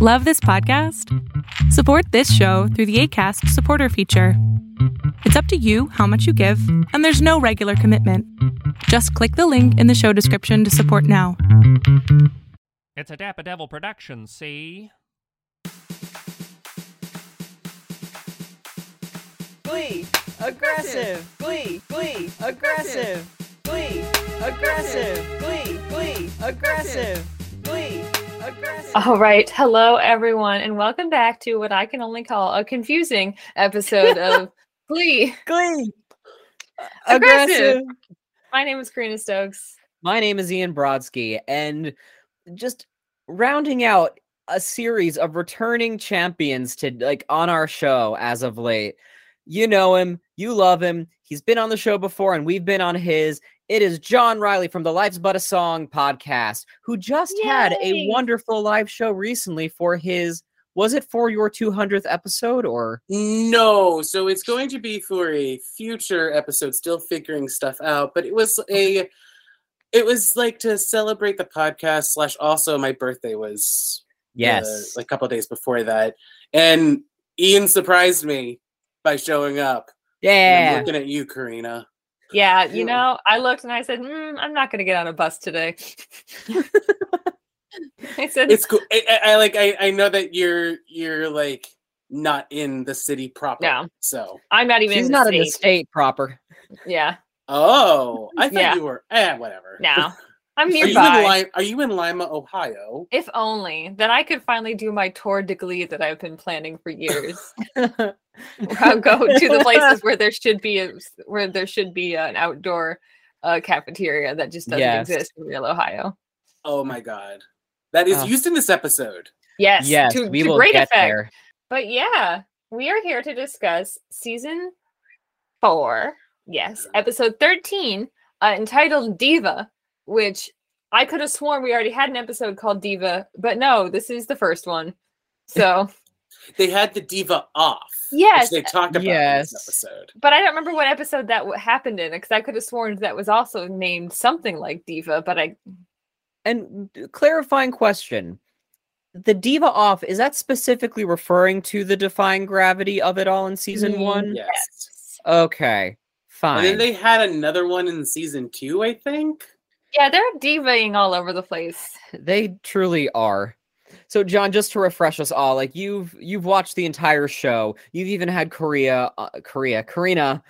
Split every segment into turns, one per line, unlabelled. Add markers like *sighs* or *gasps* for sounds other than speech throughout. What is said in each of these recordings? Love this podcast? Support this show through the ACAST supporter feature. It's up to you how much you give, and there's no regular commitment. Just click the link in the show description to support now.
It's a Dapper Devil production, see?
Glee, aggressive. Glee, glee, aggressive. Glee, aggressive. Glee, glee, aggressive. Glee, aggressive.
All right. Hello, everyone, and welcome back to what I can only call a confusing episode
*laughs*
of Glee.
Glee,
Aggressive. My name is Karina Stokes.
My name is Ian Brodsky, and just rounding out a series of returning champions to like on our show as of late. You know him, you love him. He's been on the show before, and we've been on his. It is John Riley from the Life's But a Song podcast, who just had a
Yay!
wonderful live show recently for his. Was it for your 200th episode or?
No, so it's going to be for a future episode, still figuring stuff out, but it was a it was like to celebrate the podcast slash also my birthday was uh,
Yes.
a couple days before that. And Ian surprised me by showing up. And I'm
yeah.
looking at you, Karina.
Yeah, you
Ew.
know, I looked and I said, mm, I'm not going to get on a bus today. *laughs* I said,
It's cool. I, I, I like I, I know that you're you're like not in the city proper.
No.
So
I'm not even
He's
in
not
the
in the
state.
state
*laughs*
proper. *laughs*
Yeah,
Oh, I thought
Yeah.
you were eh, whatever.
no, I'm
*laughs* Are you, in
nearby.
Lima, are you in Lima, Ohio?
If only that I could finally do my tour de Glee that I've been planning for years.
*laughs*
I'll go to the places where there should be a, where there should be an outdoor uh, cafeteria that just doesn't
Yes.
exist in real Ohio.
Oh my god. That is
Oh.
used in this episode.
Yes,
yes,
to,
we
to
will
great
get
effect.
there.
But yeah, we are here to discuss season four. Yes, episode thirteen, uh, entitled "Diva," which I could have sworn we already had an episode called "Diva," but no, this is the first one.
*laughs*
So,
They had the diva off.
Yes,
Which they talked about in
yes.
this episode.
but I don't remember what episode that w- happened in because I could have sworn that was also named something like "Diva," but I
And d- clarifying question. The diva off, is that specifically referring to the defying gravity of it all in season
Mm,
one?
Yes.
Okay.
And
Fine.
then they had another one in season two, I think.
Yeah, they're divaing all over the place.
they truly are. So John, just to refresh us all, like you've you've watched the entire show. You've even had Korea uh, Korea Karina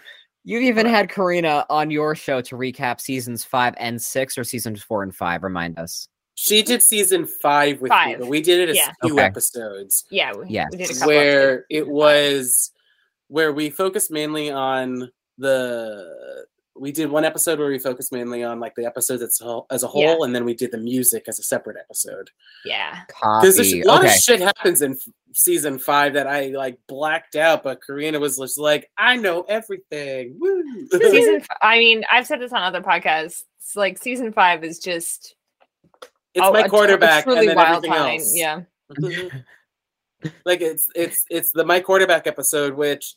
You've even had Karina on your show to recap seasons five and six, or seasons four and five. Remind us.
She did season five with
Five.
you, but we did it as
Yeah.
few
Okay.
episodes
Yeah, we,
Yes.
we did a couple episodes.
where it was where we focused mainly on the we did one episode where we focused mainly on like the episodes as, a whole- as a whole,
Yeah.
and then we did the music as a separate episode. *laughs*
yeah,
Copy.
Because there's a lot
okay.
of shit happens in f- season five that I like blacked out, but Karina was just like, I know everything. Woo.
*laughs* season. f- I mean, I've said this on other podcasts. It's like season five is just
*laughs* it's
oh, a tru-
my
a
quarterback and then everything
time.
else.
Yeah,
*laughs* like it's it's it's the my quarterback episode, which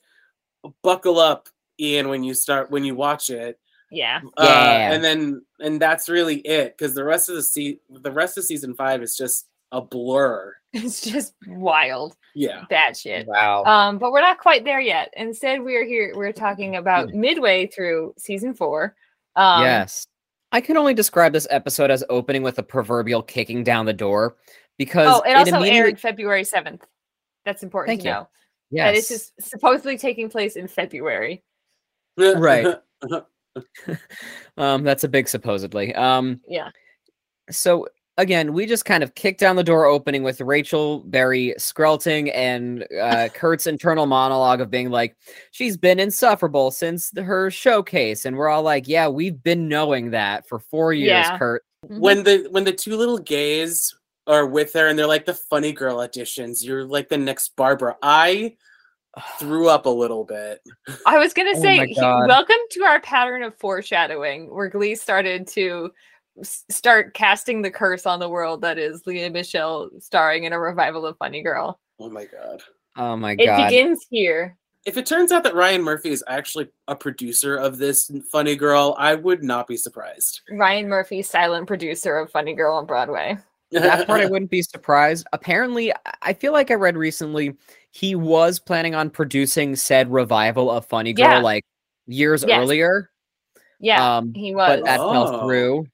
buckle up, Ian, when you start when you watch it. Uh,
yeah, *laughs*
Yeah.
and then and that's really it because the rest of the se- the rest of season five is just a blur.
it's just wild,
Yeah.
bad
*laughs*
shit.
wow.
Um, but we're not quite there yet. Instead, we are here. We're talking about midway through season four. Um,
Hmm. yes. I can only describe this episode as opening with a proverbial kicking down the door because
Oh, it also
immediately-
aired February seventh. That's important
Thank
to
you.
know.
Yes.
That it's just supposedly taking place in February.
*laughs*
Right. um, that's a big supposedly. Um,
Yeah.
so again, we just kind of kicked down the door opening with Rachel Berry skrelting and uh, Kurt's internal monologue of being like, she's been insufferable since the, her showcase, and we're all like, yeah, we've been knowing that for four years,
Yeah.
Kurt.
Mm-hmm.
when the when the two little gays are with her and they're like the funny girl auditions you're like the next barbara
*sighs*
i threw up a little bit
I was gonna
Oh
say,
my
he-
God.
welcome to our pattern of foreshadowing, where Glee started to s- start casting the curse on the world that is Leah Michelle starring in a revival of Funny Girl.
oh my god
Oh my
It
god.
begins here.
if it turns out that ryan murphy is actually a producer of this funny girl i would not be surprised
Ryan Murphy, silent producer of Funny Girl on Broadway.
that
*laughs*
part I wouldn't be surprised. Apparently, I- I feel like I read recently he was planning on producing said revival of Funny Girl
Yeah.
like years
Yes.
earlier.
Yeah,
um,
he
but
was
that fell
Oh.
through.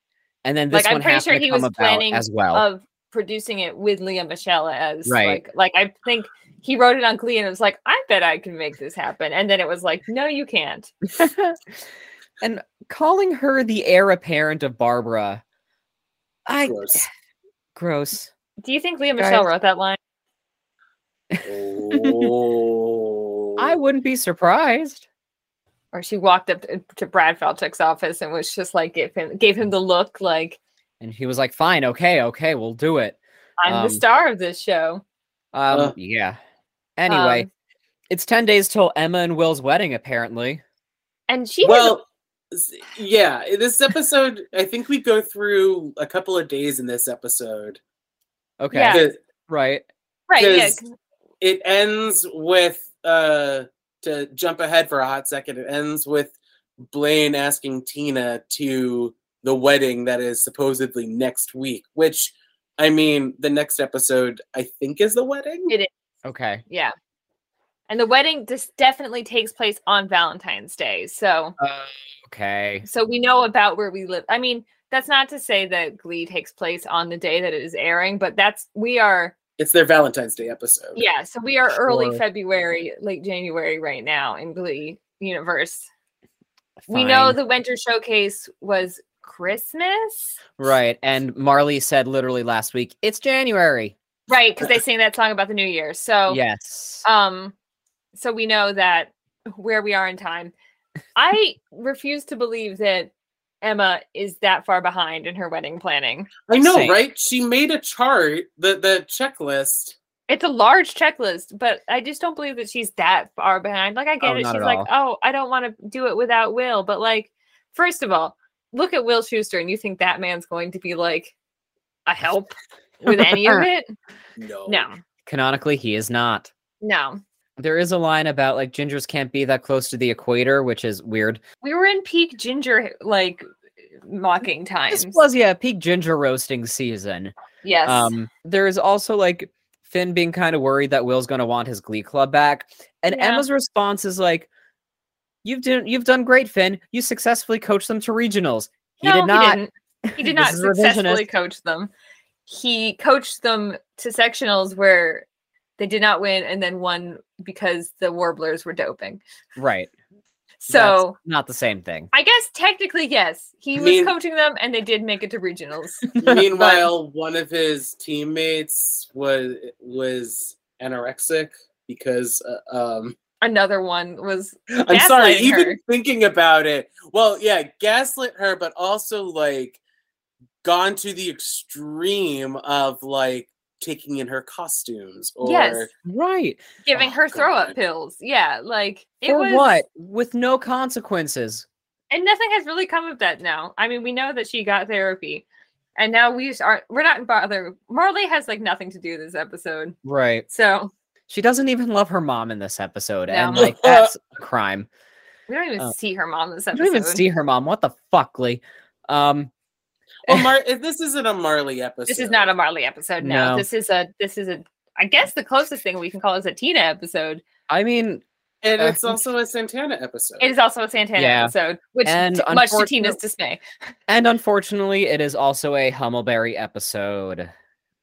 And then this
Like, I'm
one
pretty
happened
sure
to
he
come
was
about
planning
as well.
of producing it with Leah Michelle as
Right.
like like I think he wrote it on Glee and it was like I bet I can make this happen, and then it was like no you can't.
and calling her the heir apparent of Barbara, I
Gross.
*laughs*
gross.
Do you think Leah
Guys.
Michelle wrote that line?
Oh.
I wouldn't be surprised.
or she walked up to- to Brad Falchuk's office and was just like gave him gave him the look like
And he was like, "Fine, okay, okay, we'll do it."
I'm
Um,
the star of this show.
Um,
Uh.
yeah. Anyway,
Um,
it's ten days till Emma and Will's wedding. Apparently,
and she has a-
well, s- yeah, this episode, I think we go through a couple of days in this episode.
okay,
Yeah.
'Cause
right?
right yeah,
there's-
'cause-
It ends with, uh, to jump ahead for a hot second, it ends with Blaine asking Tina to the wedding that is supposedly next week, which, I mean, the next episode, I think, is the wedding.
It-
Okay.
yeah. And the wedding just definitely takes place on Valentine's Day. So
Uh, okay.
so we know about where we live. I mean, that's not to say that Glee takes place on the day that it is airing, but that's we are
It's their Valentine's Day episode.
yeah, so we are early
Sure.
February, late January right now in Glee universe. We know
fine.
the winter showcase was Christmas,
right? And Marley said literally last week, "It's January."
right? Because they sing that song about the New Year. So,
yes.
um, so we know that where we are in time. I refuse to believe that Emma is that far behind in her wedding planning.
I know,
Same.
right? She made a chart, the the checklist.
It's a large checklist, but I just don't believe that she's that far behind. Like, I get
Oh,
it.
not
She's
at
like,
all.
oh, I don't want to do it without Will. But, like, first of all, look at Will Schuster, and you think that man's going to be like a help with
*laughs*
any of it?
No.
No,
Canonically, he is not.
no.
There is a line about like gingers can't be that close to the equator, which is weird.
We were in peak ginger like mocking times.
This was yeah, peak ginger roasting season.
yes.
Um, there is also like Finn being kind of worried that Will's going to want his Glee Club back, and
Yeah.
Emma's response is like, "You've done you've done great, Finn. You successfully coached them to regionals. He
no,
did
He
not.
didn't.
*laughs*
He
This
did not
is revisionist.
successfully coach them. He coached them to sectionals where they did not win and then won because the warblers were doping.
Right? That's
So
not the same thing.
I guess technically, yes, he was
Mean-
coaching them and they did make it to regionals.
*laughs*
*laughs*
Meanwhile, one of his teammates was was anorexic because uh, um
Another one was *laughs*
I'm sorry,
Gaslighting
even
her.
thinking about it. Well, yeah, gaslit her but also like gone to the extreme of like taking in her costumes or
Yes.
Right?
giving
Oh,
her throw up
God.
pills. Yeah, like it
For
was
what? With no consequences.
and nothing has really come of that now. I mean, we know that she got therapy, and now we just aren't. We're not bothered. Marley has like nothing to do this episode,
Right.
so
She doesn't even love her mom in this episode, and
No.
like that's *laughs* a crime.
we don't even
Oh.
see her mom this
I
episode.
don't even see her mom. What the fuck, Lee? Um,
*laughs*
well Mar- this isn't a Marley episode.
this is not a Marley episode. No.
No.
this is a this is a. I guess the closest thing we can call is a Tina episode.
I mean,
and
uh,
it's also a Santana episode.
It is also a Santana
Yeah.
episode, which
And
t- much to
unfortunate-
Tina's dismay.
and unfortunately, it is also a Hummelberry episode.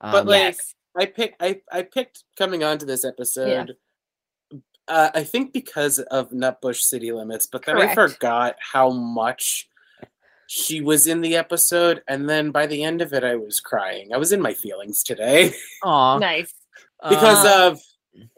Um,
But, like,
yes,
I pick I I picked coming onto this episode. Uh, I think because of Nutbush City Limits, but then I
Correct.
forgot how much she was in the episode, and then by the end of it, I was crying. I was in my feelings today *laughs*
aw,
nice.
because
uh,
Ah.
of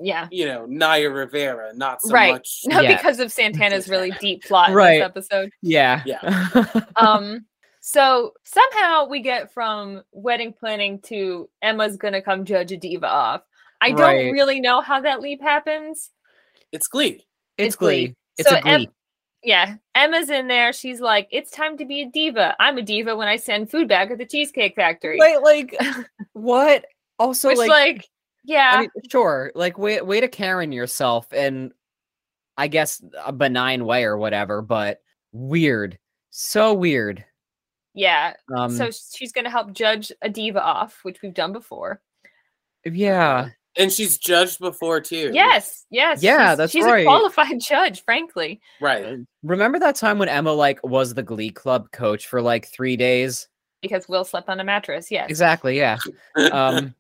Yeah, *laughs*
you know Naya Rivera, not so
Right.
much.
no,
Yeah.
because of
*laughs*
Santana's really deep plot in
Right.
this episode.
yeah, *laughs*
um so somehow we get from wedding planning to emma's gonna come judge a diva off i don't
Right.
really know how that leap happens
It's Glee.
it's Glee. It's a Glee.
Em- yeah emma's in there she's like it's time to be a diva i'm a diva when i send food back at the cheesecake factory
Wait, like what? Also,
which like,
like,
yeah *laughs*
I mean, sure, like way way to Karen yourself, and I guess a benign way or whatever, but weird, so weird.
Yeah.
Um,
so she's going to help judge a diva off, which we've done before.
yeah,
And she's judged before too.
Yes. Yes.
Yeah,
she's-
that's
she's
right.
a qualified *laughs* judge, frankly.
Right.
remember that time when Emma like was the Glee Club coach for like three days?
Because Will slept on a mattress. Yes.
Exactly. Yeah.
*laughs*
Um,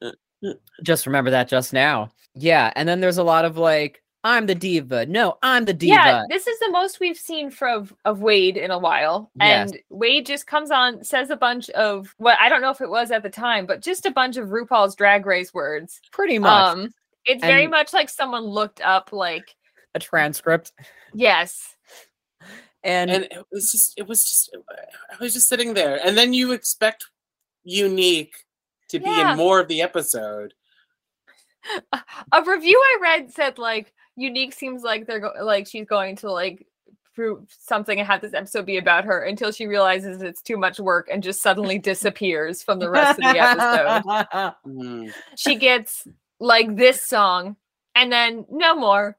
just remember that just now. Yeah, and then there's a lot of like, I'm the diva. No, I'm the diva.
Yeah, this is the most we've seen from of Wade in a while.
Yes.
And Wade just comes on, says a bunch of what I don't know if it was at the time, but just a bunch of RuPaul's drag race words.
Pretty much
Um it's very
And-
much like someone looked up like,
a transcript.
yes, *laughs*
And,
and it was just it was just uh, i was just sitting there and then you expect unique to be
Yeah.
in more of the episode
a- a review I read said like Unique seems like they're go- like she's going to like prove something and have this episode be about her until she realizes it's too much work and just suddenly disappears from the rest of
*laughs*
the episode.
Mhm.
She gets like this song and then no more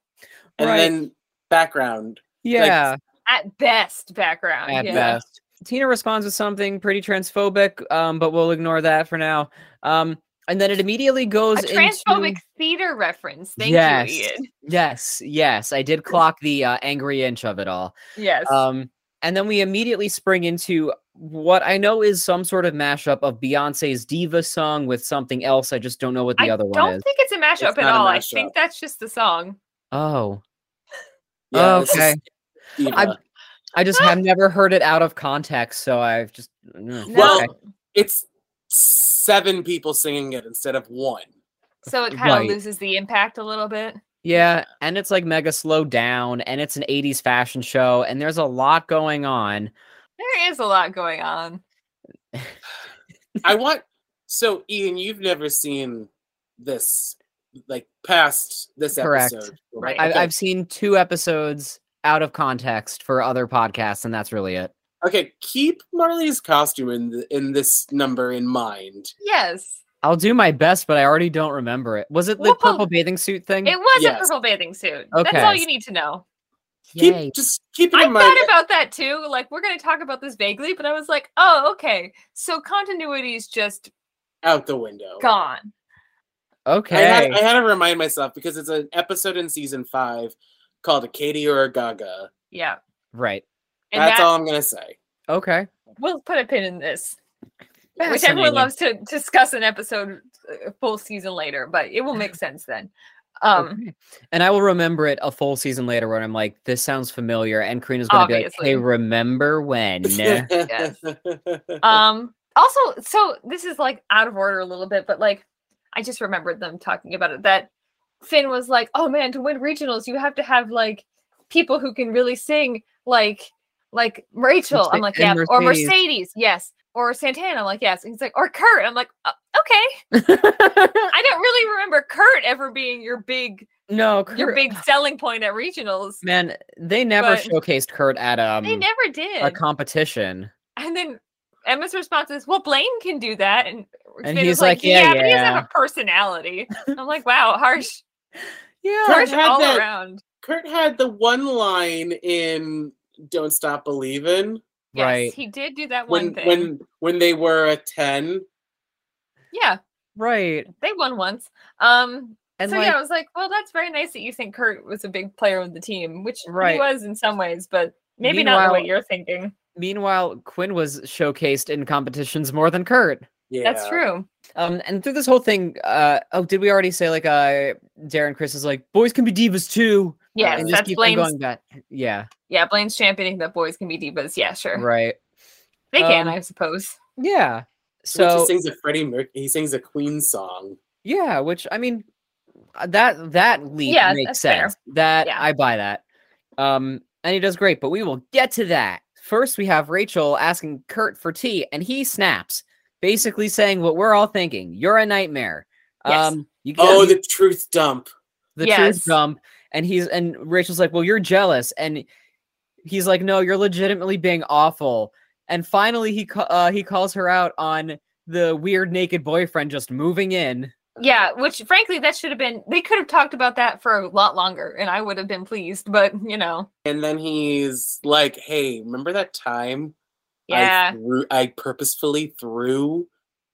and
Right.
then background
*laughs* yeah,
at best background.
at
yeah.
best. Tina responds with something pretty transphobic, um, but we'll ignore that for now. Um, and then it immediately
A
goes
transphobic
into
theater reference. Thank
Yes.
you, Ian.
yes, yes, I did clock the uh, angry inch of it all.
Yes.
Um, and then we immediately spring into what I know is some sort of mashup of Beyonce's diva song with something else. I just don't know what the
I
other
don't
one is.
think it's a mashup at
not a
all. I
mashup.
think that's just the song.
Oh,
Yeah, it's
okay.
just diva.
I'm- I just have never heard it out of context, so I've just mm,
Well,
No.
okay.
it's seven people singing it instead of one
so it kind of
right.
loses the impact a little bit.
Yeah, and it's like mega slow down, and it's an 80s fashion show, and there's a lot going on.
There is a lot going on.
i want so ian you've never seen this like past this
Correct.
episode
Right.
I,
okay.
I've seen two episodes out of context for other podcasts, and that's really it.
okay keep marley's costume in, th- in this number in mind
Yes.
I'll do my best, but I already don't remember it. Was it the
Well,
purple bathing suit thing?
It was
Yes.
a purple bathing suit.
Mm, Okay.
That's all you need to know.
Yay.
keep just keep it
I
in mind
thought about that too. Like we're gonna talk about this vaguely, but I was like, oh, okay. So continuity is just
out the window
gone.
Okay.
I had, I had to remind myself because it's an episode in season five called a Katie or a Gaga.
Yeah.
right.
And
That's
that-
all I'm gonna say.
Okay.
we'll put a pin in this. Which
Fascinating.
everyone loves to discuss an episode uh, full season later, but it will make sense then. Um
Okay. And I will remember it a full season later when I'm like, this sounds familiar. And Karina's going to be like, hey,
Obviously.
remember
*laughs*
when? *laughs*
*laughs*
Yes.
Uh,
um also so this is like out of order a little bit but like i just remembered them talking about it that finn was like oh man to win regionals you have to have like people who can really sing like like rachel i'm
Merce-
like yeah
and
or
Mercedes."
mercedes yes or santana i'm like yes and he's like or kurt i'm like "Uh, okay i don't really remember kurt ever being your big
no,
your
Kurt-
big selling point at regionals
man, they never
but-
showcased Kurt at um,
they never did
a competition.
And then Emma's response is, "Well, Blaine can do that," and,
And
Finn is
he's like,
yeah,
"Yeah,
but he doesn't have
yeah."
a personality." I'm like, "Wow,
*laughs*
harsh,
Yeah.
Kurt
harsh
had
all
that-
around."
Kurt had the one line in "Don't Stop Believin'"
Yes,
Right.
he did do that one
when
thing.
when when they were a ten.
yeah,
Right.
they won once. Um,
And
so
like,
yeah, I was like, "Well, that's very nice that you think Kurt was a big player on the team, which
Right.
he was in some ways, but maybe not in the way
Meanwhile-
you're thinking."
meanwhile, Quinn was showcased in competitions more than Kurt.
Yeah,
That's true.
Um, and through this whole thing, uh, oh, did we already say like uh, Darren Chris is like boys can be divas too? uh,
Yes,
and just
that's
keep on
Blaine's.
going
*laughs*
back. Yeah,
Yeah, Blaine's championing that boys can be divas. Yeah, sure,
right.
they can,
Um,
I suppose.
Yeah.
So
So
he sings a Freddie Merc- he sings a Queen song.
yeah, which I mean, uh, that that leap
Yeah,
makes
that's fair.
sense. That
Yeah.
I buy that. Um, and he does great, but we will get to that. First, we have Rachel asking Kurt for tea, and he snaps, basically saying what we're all thinking: "You're a nightmare."
Yes.
Um, you can't
Oh,
be
the truth dump.
the
Yes.
truth dump and he's and rachel's like well you're jealous and he's like no you're legitimately being awful and finally he ca- uh, he calls her out on the weird naked boyfriend just moving in
Yeah, which frankly, that should have been, they could have talked about that for a lot longer and I would have been pleased, but you know,
And then he's like, "Hey, remember that time
Yeah.
I, threw, I purposefully threw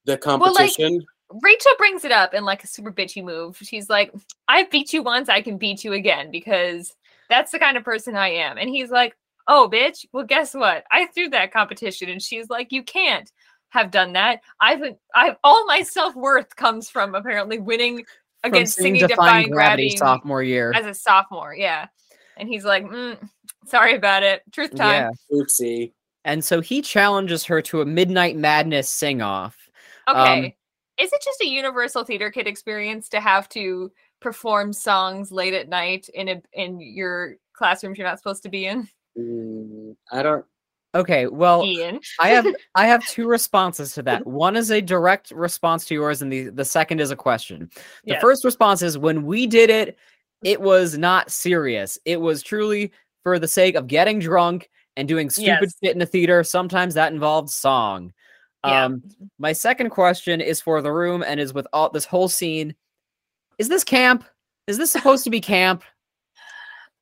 the
like,
competition.
Rachel brings it up in like a super bitchy move. She's like, I beat you once, I can beat you again because that's the kind of person I am. And he's like, Oh, bitch, well, guess what? I threw that competition. And she's like, You can't have done that. I've, I've all my self worth comes from apparently winning
From
against singing Defying Gravity
sophomore year.
as a sophomore. Yeah. And he's like, mm, Sorry about it. Truth time.
Yeah.
Oopsie.
And so he challenges her to a Midnight Madness sing off. Um,
Okay. is it just a universal theater kid experience to have to perform songs late at night in a in your classrooms you're not supposed to be in?
Mm, I don't.
Okay, well,
Ian.
Oh, I
*laughs*
have I have two responses to that. One is a direct response to yours, and the, the second is a question. The
Yes.
first response is when we did it, it was not serious. It was truly for the sake of getting drunk and doing stupid
Yes.
shit in a theater. Sometimes that involved song.
Yeah.
Um, my second question is for the room and is with all this whole scene. Is this camp? Is
*laughs*
this supposed to be camp?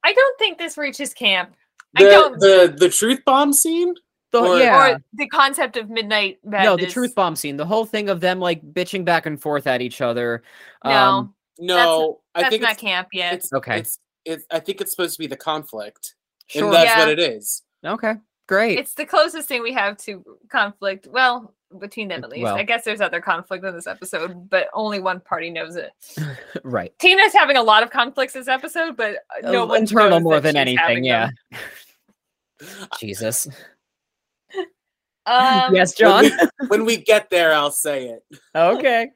I don't think this reaches camp. I
The,
don't-
the the truth bomb scene.
The,
Or-
yeah.
Or the concept of midnight madness.
no, the truth bomb scene. The whole thing of them like bitching back and forth at each other.
No,
Um,
No,
that's
I think
not
it's,
camp yet.
it's
Okay.
It's, it's I think it's supposed to be the conflict,
sure.
and that's
Yeah.
what it is.
Okay. Great.
It's the closest thing we have to conflict. Well, between them at least.
Well.
I guess there's other conflict in this episode, but only one party knows it.
*laughs* right.
Tina's having a lot of conflicts this episode, but uh,
Uh,
no one
internal
knows
more than
that she's
anything.
having
Yeah.
them. *laughs*
Jesus. *laughs*
Um,
yes,
*laughs*
John.
When we, when we get there, I'll say it.
okay.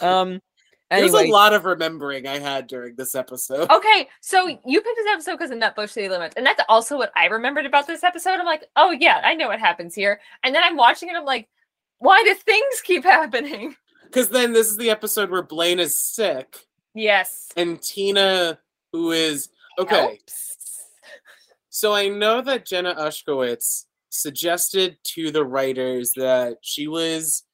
Um.
There's
Anyway,
a lot of remembering I had during this episode.
Okay, so you picked this episode because of Nutbush City Limits, and that's also what I remembered about this episode. I'm like, oh yeah, I know what happens here. And then I'm watching it, I'm like, why do things keep happening?
Because then this is the episode where Blaine is sick
Yes.
and Tina, who is okay.
Helps.
So I know that Jenna Ushkowitz suggested to the writers that she was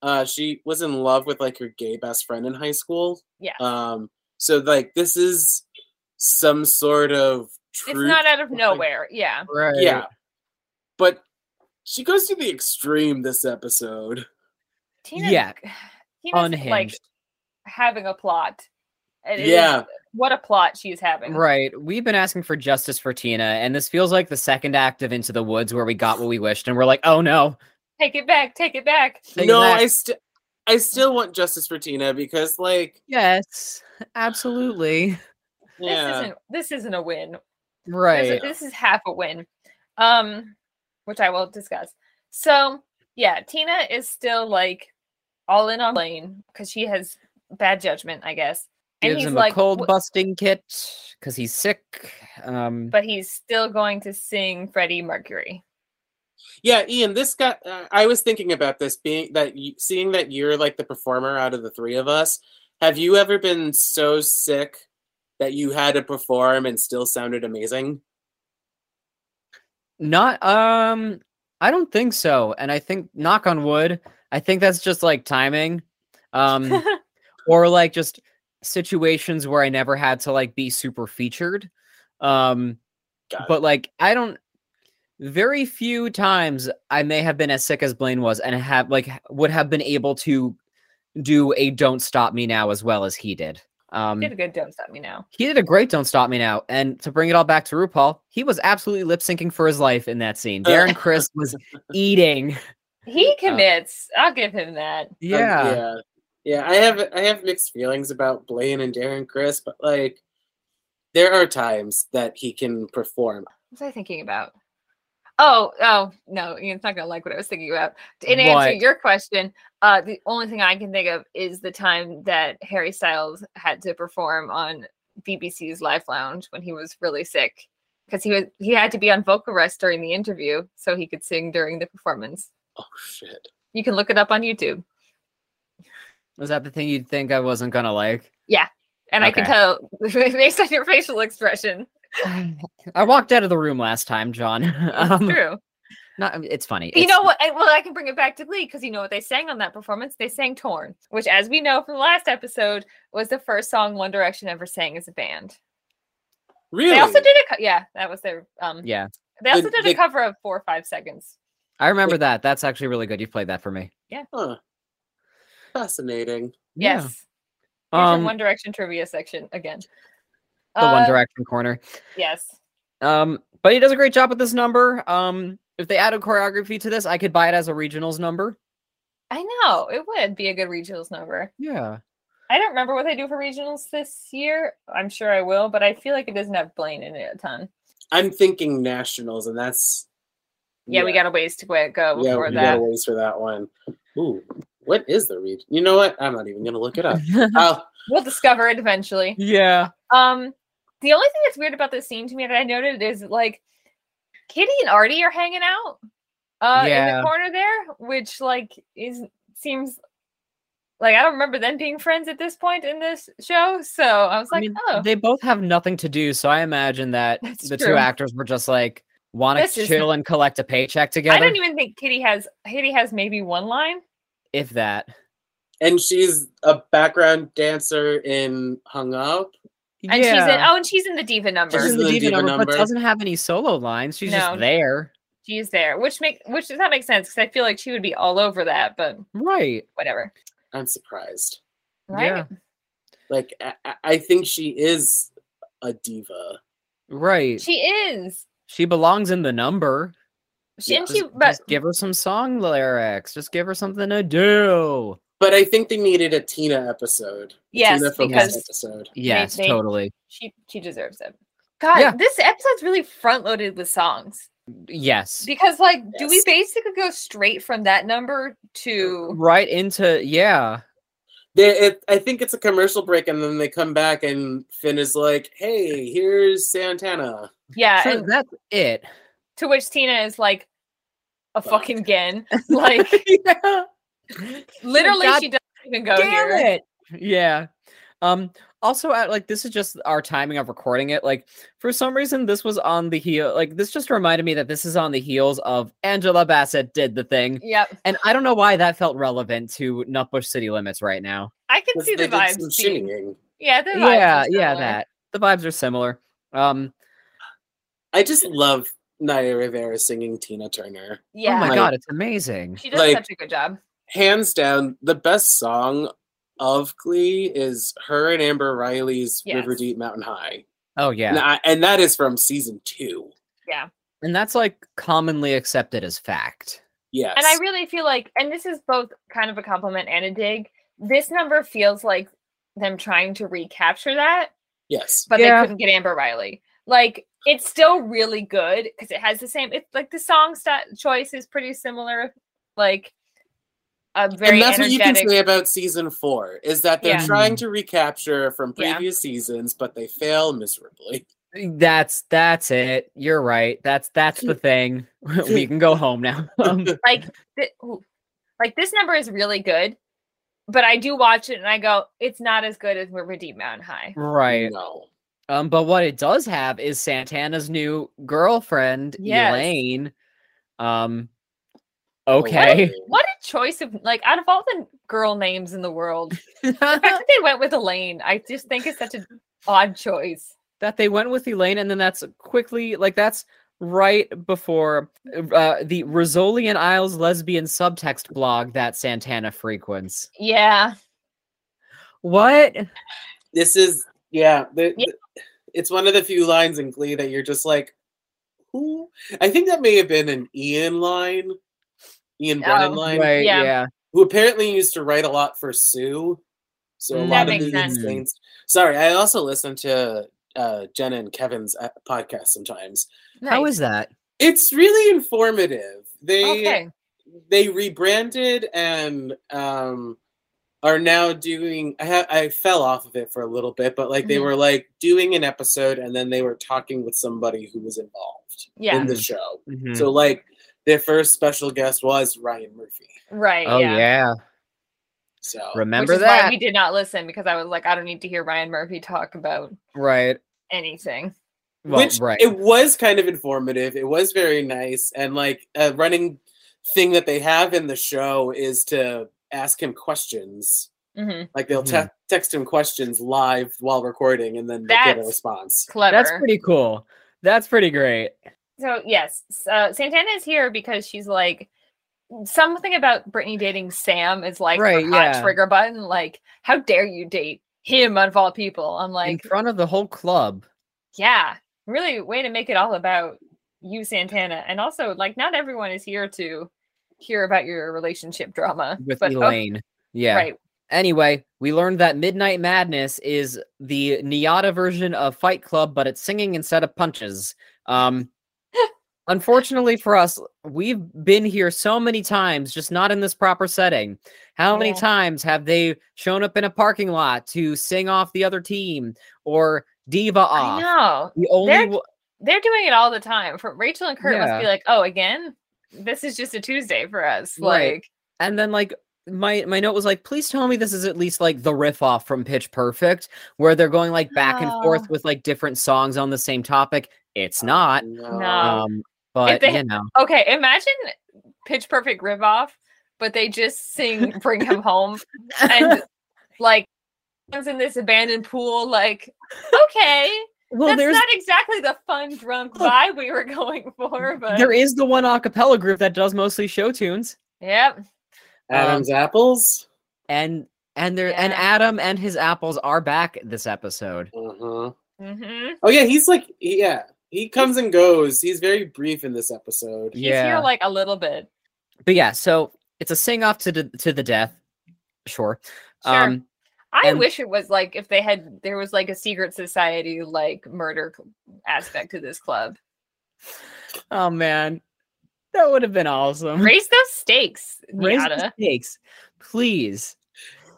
uh she was in love with like her gay best friend in high school.
Yeah.
Um so like this is some sort of
It's
truth.
not out of nowhere. Yeah.
right.
yeah. But she goes to the extreme this episode.
Tina's,
Yeah.
*sighs* Tina's like
Unhinged.
having a plot. And it is-
yeah.
what a plot she's having.
Right. We've been asking for justice for Tina, and this feels like the second act of Into the Woods where we got what we wished, and we're like, oh no.
Take it back. Take it back.
take it
no,
back.
I still I still want justice for Tina because like
Yes, absolutely.
yeah.
This isn't. This isn't a win. There's a-
Right.
this is half a win um which i will discuss so yeah tina is still like all in on lane because she has bad judgment i guess and
Gives
he's
him
like
a cold
"Wh-
busting kit because he's sick. Um,
but he's still going to sing freddie mercury
Yeah, Ian, this guy. Uh, I was thinking about this being that you, seeing that you're like the performer out of the three of us. Have you ever been so sick that you had to perform and still sounded amazing?
Not um I don't think so. And I think knock on wood, I think that's just like timing.
*laughs*
*laughs*
Um or like just situations where I never had to like be super featured. Um
Got it.
but like I don't very few times I may have been as sick as Blaine was and have like h- would have been able to do a don't stop me now as well as he did. Um
did a good don't stop me now
he did a great Don't Stop Me Now. And to bring it all back to RuPaul, he was absolutely lip syncing for his life in that scene. Darren Chris was
*laughs*
eating.
Oh,
Uh,
he commits i'll give him that
Um, yeah, yeah. I have I have mixed feelings about Blaine and Darren Chris, but like, there are times that he can perform.
what was i thinking about oh oh no it's not gonna like what i was thinking about in answer to
What?
your question uh the only thing i can think of is the time that harry styles had to perform on bbc's live lounge when he was really sick because he was he had to be on vocal rest during the interview so he could sing during the performance
Oh shit!
you can look it up on youtube
Was that the thing you'd think I wasn't going to like?
and i can
Okay.
tell *laughs* based on your facial expression
I walked out of the room last time,
*laughs*
John.
it's
um,
true
not, it's funny.
You
It's-
know what? I, well, I can bring it back to Glee because you know what they sang on that performance? They sang Torn, which, as we know from the last episode, was the first song One Direction ever sang as a band.
Really?
They also did a co- yeah, that was their um.
*laughs* Yeah.
They also
The-
did
the-
a cover of Four or Five Seconds.
I remember that. That's actually really good. You played that for me.
Huh. Fascinating.
Yes. Here's your
Um,
One Direction trivia section again.
the One
Uh,
Direction corner.
Yes.
Um, but he does a great job with this number. Um, if they added choreography to this, I could buy it as a regionals number.
I know. It would be a good regionals number.
Yeah.
I don't remember what they do for regionals this year. I'm sure I will, but I feel like it doesn't have Blaine in it a ton.
I'm thinking nationals, and that's
Yeah, we got a ways to go go
yeah,
before
we
that.
gotta wait for that one. Ooh, what is the region? You know what? I'm not even gonna look it
Uh. *laughs*
up. Oh,
We'll discover it eventually.
*laughs* yeah.
Um, the only thing that's weird about this scene to me that I noted is like Kitty and Artie are hanging out uh in
Yeah.
the corner there, which like is seems like I don't remember them being friends at this point in this show. So I was
I
like,
mean,
oh,
They both have nothing to do, so I imagine that
That's
the
true.
two actors were just like want
This
to
is-
chill and collect a paycheck together,
I e don't even think Kitty has Kitty has maybe one line.
if that.
and she's a background dancer in Hung Up.
And she's in oh, and she's in the diva number.
She's
She's
in
the
the
diva
diva
number,
number.
but doesn't have any solo lines. She's
No.
just there.
She's there, which make which does not make sense because I feel like she would be all over that, but
Right.
whatever.
I'm surprised.
Right?
Yeah.
Like I, I- I think she is a diva.
Right. She,
She is.
belongs in the number.
She and
Just-
she but
just give her some song lyrics. Just give her something to do.
But I think they needed a Tina episode. A
Yes,
Tina from
because-
episode.
Yes,
they-
totally.
she she deserves it. God,
Yeah.
this episode's really front loaded with songs
Yes.
because, like, do we
Yes.
basically go straight from that number to
Right into yeah.
They, it, I think it's a commercial break, and then they come back, and Finn is like, "Hey, here's Santana."
yeah?
So
and
that's it.
to which Tina is like, a
Fuck.
fucking
*laughs*
gin. *laughs* Like,
yeah.
literally,
God
she doesn't even go
Damn
here.
it. Yeah. Um also at like this is just our timing of recording it. Like for some reason this was on the heel like this just reminded me that this is on the heels of Angela Bassett did the thing.
Yep,
And I don't know why that felt relevant to Nutbush City Limits right now.
I can
'Cause
see
they
the
did some
vibes. being-
shinnying.
Yeah, the vibes are
Yeah, yeah,
similar.
that. Oh The vibes are similar. Um
I just love Naya Rivera singing Tina Turner.
Yeah,
oh my
Like-
god, it's amazing.
she does
like-
such a good job.
Hands down, the best song of Glee is her and Amber Riley's
Yes.
River Deep Mountain High.
Oh yeah.
And, I- and that is from season two.
And that's like commonly accepted as fact.
Yes.
And I really feel like, and this is both kind of a compliment and a dig. This number feels like them trying to recapture that
yes.
but
Yeah.
they couldn't get Amber Riley. Like it's still really good because it has the same. It's like the song st- choice is pretty similar. Like a very
and that's what you can
energetic.
say about season four is that they're
Yeah.
trying to recapture from
Yeah.
previous seasons, but they fail miserably.
That's that's it. You're right. That's that's the thing. *laughs* we can go home now. *laughs* Um,
like thi- ooh, like this number is really good, but I do watch it and I go, it's not as good as River Deep Mountain High.
right.
No.
Um, but what it does have is Santana's new girlfriend,
Yes.
Elaine. Um, okay.
*laughs* What a choice of like out of all the girl names in the world,
*laughs*
the fact
that
that they went with Elaine, I just think it's such an odd choice.
they went with Elaine, and then that's quickly like that's right before uh, the Rizzoli and Isles lesbian subtext blog that Santana frequents.
Yeah,
What?
This is yeah, the,
Yeah.
the- it's one of the few lines in Glee that you're just like, who? I think that may have been an Ian line, Ian Brennan
Oh,
line,
Right?
Yeah.
yeah.
who apparently used to write a lot for Sue. So a
Mm.
lot
That
of
makes
these
sense.
things. Sorry, I also listen to uh, Jenna and Kevin's uh, podcast sometimes.
How
Nice.
is that?
It's really informative. They
okay?
they rebranded and um are now doing I ha- I fell off of it for a little bit, but like they
Mhm.
were like doing an episode and then they were talking with somebody who was involved
Yeah.
in the show.
Mhm.
So like their first special guest was Ryan Murphy.
Right.
oh
yeah.
yeah.
So
Which
Remember
is
that?
why we did not listen because I was like, I don't need to hear Ryan Murphy talk about
right.
anything.
Well,
which
right.
it was kind of informative. It was very nice and like a running thing that they have in the show is to ask him questions.
hmm
Like they'll
Mhm.
te- text him questions live while recording and then they get a
That's-
response.
Clever.
That's pretty cool. That's pretty great.
So yes, uh, Santana is here because she's like something about Brittany dating Sam is like her
Right,
hot
yeah.
trigger button. Like, how dare you date him out of all people? I'm
in
like,
front of the whole club.
yeah, really way to make it all about you, Santana. And also, like, not everyone is here to hear about your relationship drama
with
but, oh,
Elaine. yeah.
Right.
Anyway, we learned that Midnight Madness is the Niata version of Fight Club, but it's singing instead of punches.
*laughs*
Um, unfortunately for us, we've been here so many times, just not in this proper setting. How many
Yeah.
times have they shown up in a parking lot to sing off the other team or diva
I
off?
know
The only
They're-
w-
they're doing it all the time. For Rachel and Kurt must be
Yeah.
like, oh, again, this is just a Tuesday for us.
Right.
Like,
And then like my my note was like, please tell me this is at least like the riff off from Pitch Perfect, where they're going like back and
No.
forth with like different songs on the same topic. It's not.
No.
Um, but
Oh, they-
you know,
Okay, imagine Pitch Perfect ripoff, but they just sing
*laughs*
"Bring Him Home" *laughs* and like comes in this abandoned pool. Like, okay,
well,
that's
there's
not exactly the fun drunk
Look,
vibe we were *laughs* going for, but
there is the one a cappella group that does mostly show tunes,
yep,
Adam's apples.
and and there and
Yeah.
Adam and his apples are back this episode.
Uh-huh.
hmm
Oh yeah, he's like yeah, he comes and goes. He's very brief in this episode.
he's here
Yeah.
like a little bit.
But yeah, so it's a sing off to the, to the death. Sure.
Sure.
Um,
I
and-
wish it was like if they had there was like a secret society like murder c- aspect to this club.
oh man, that would have been awesome.
Raise those stakes,
Um, Raise the
Miata.
stakes, please.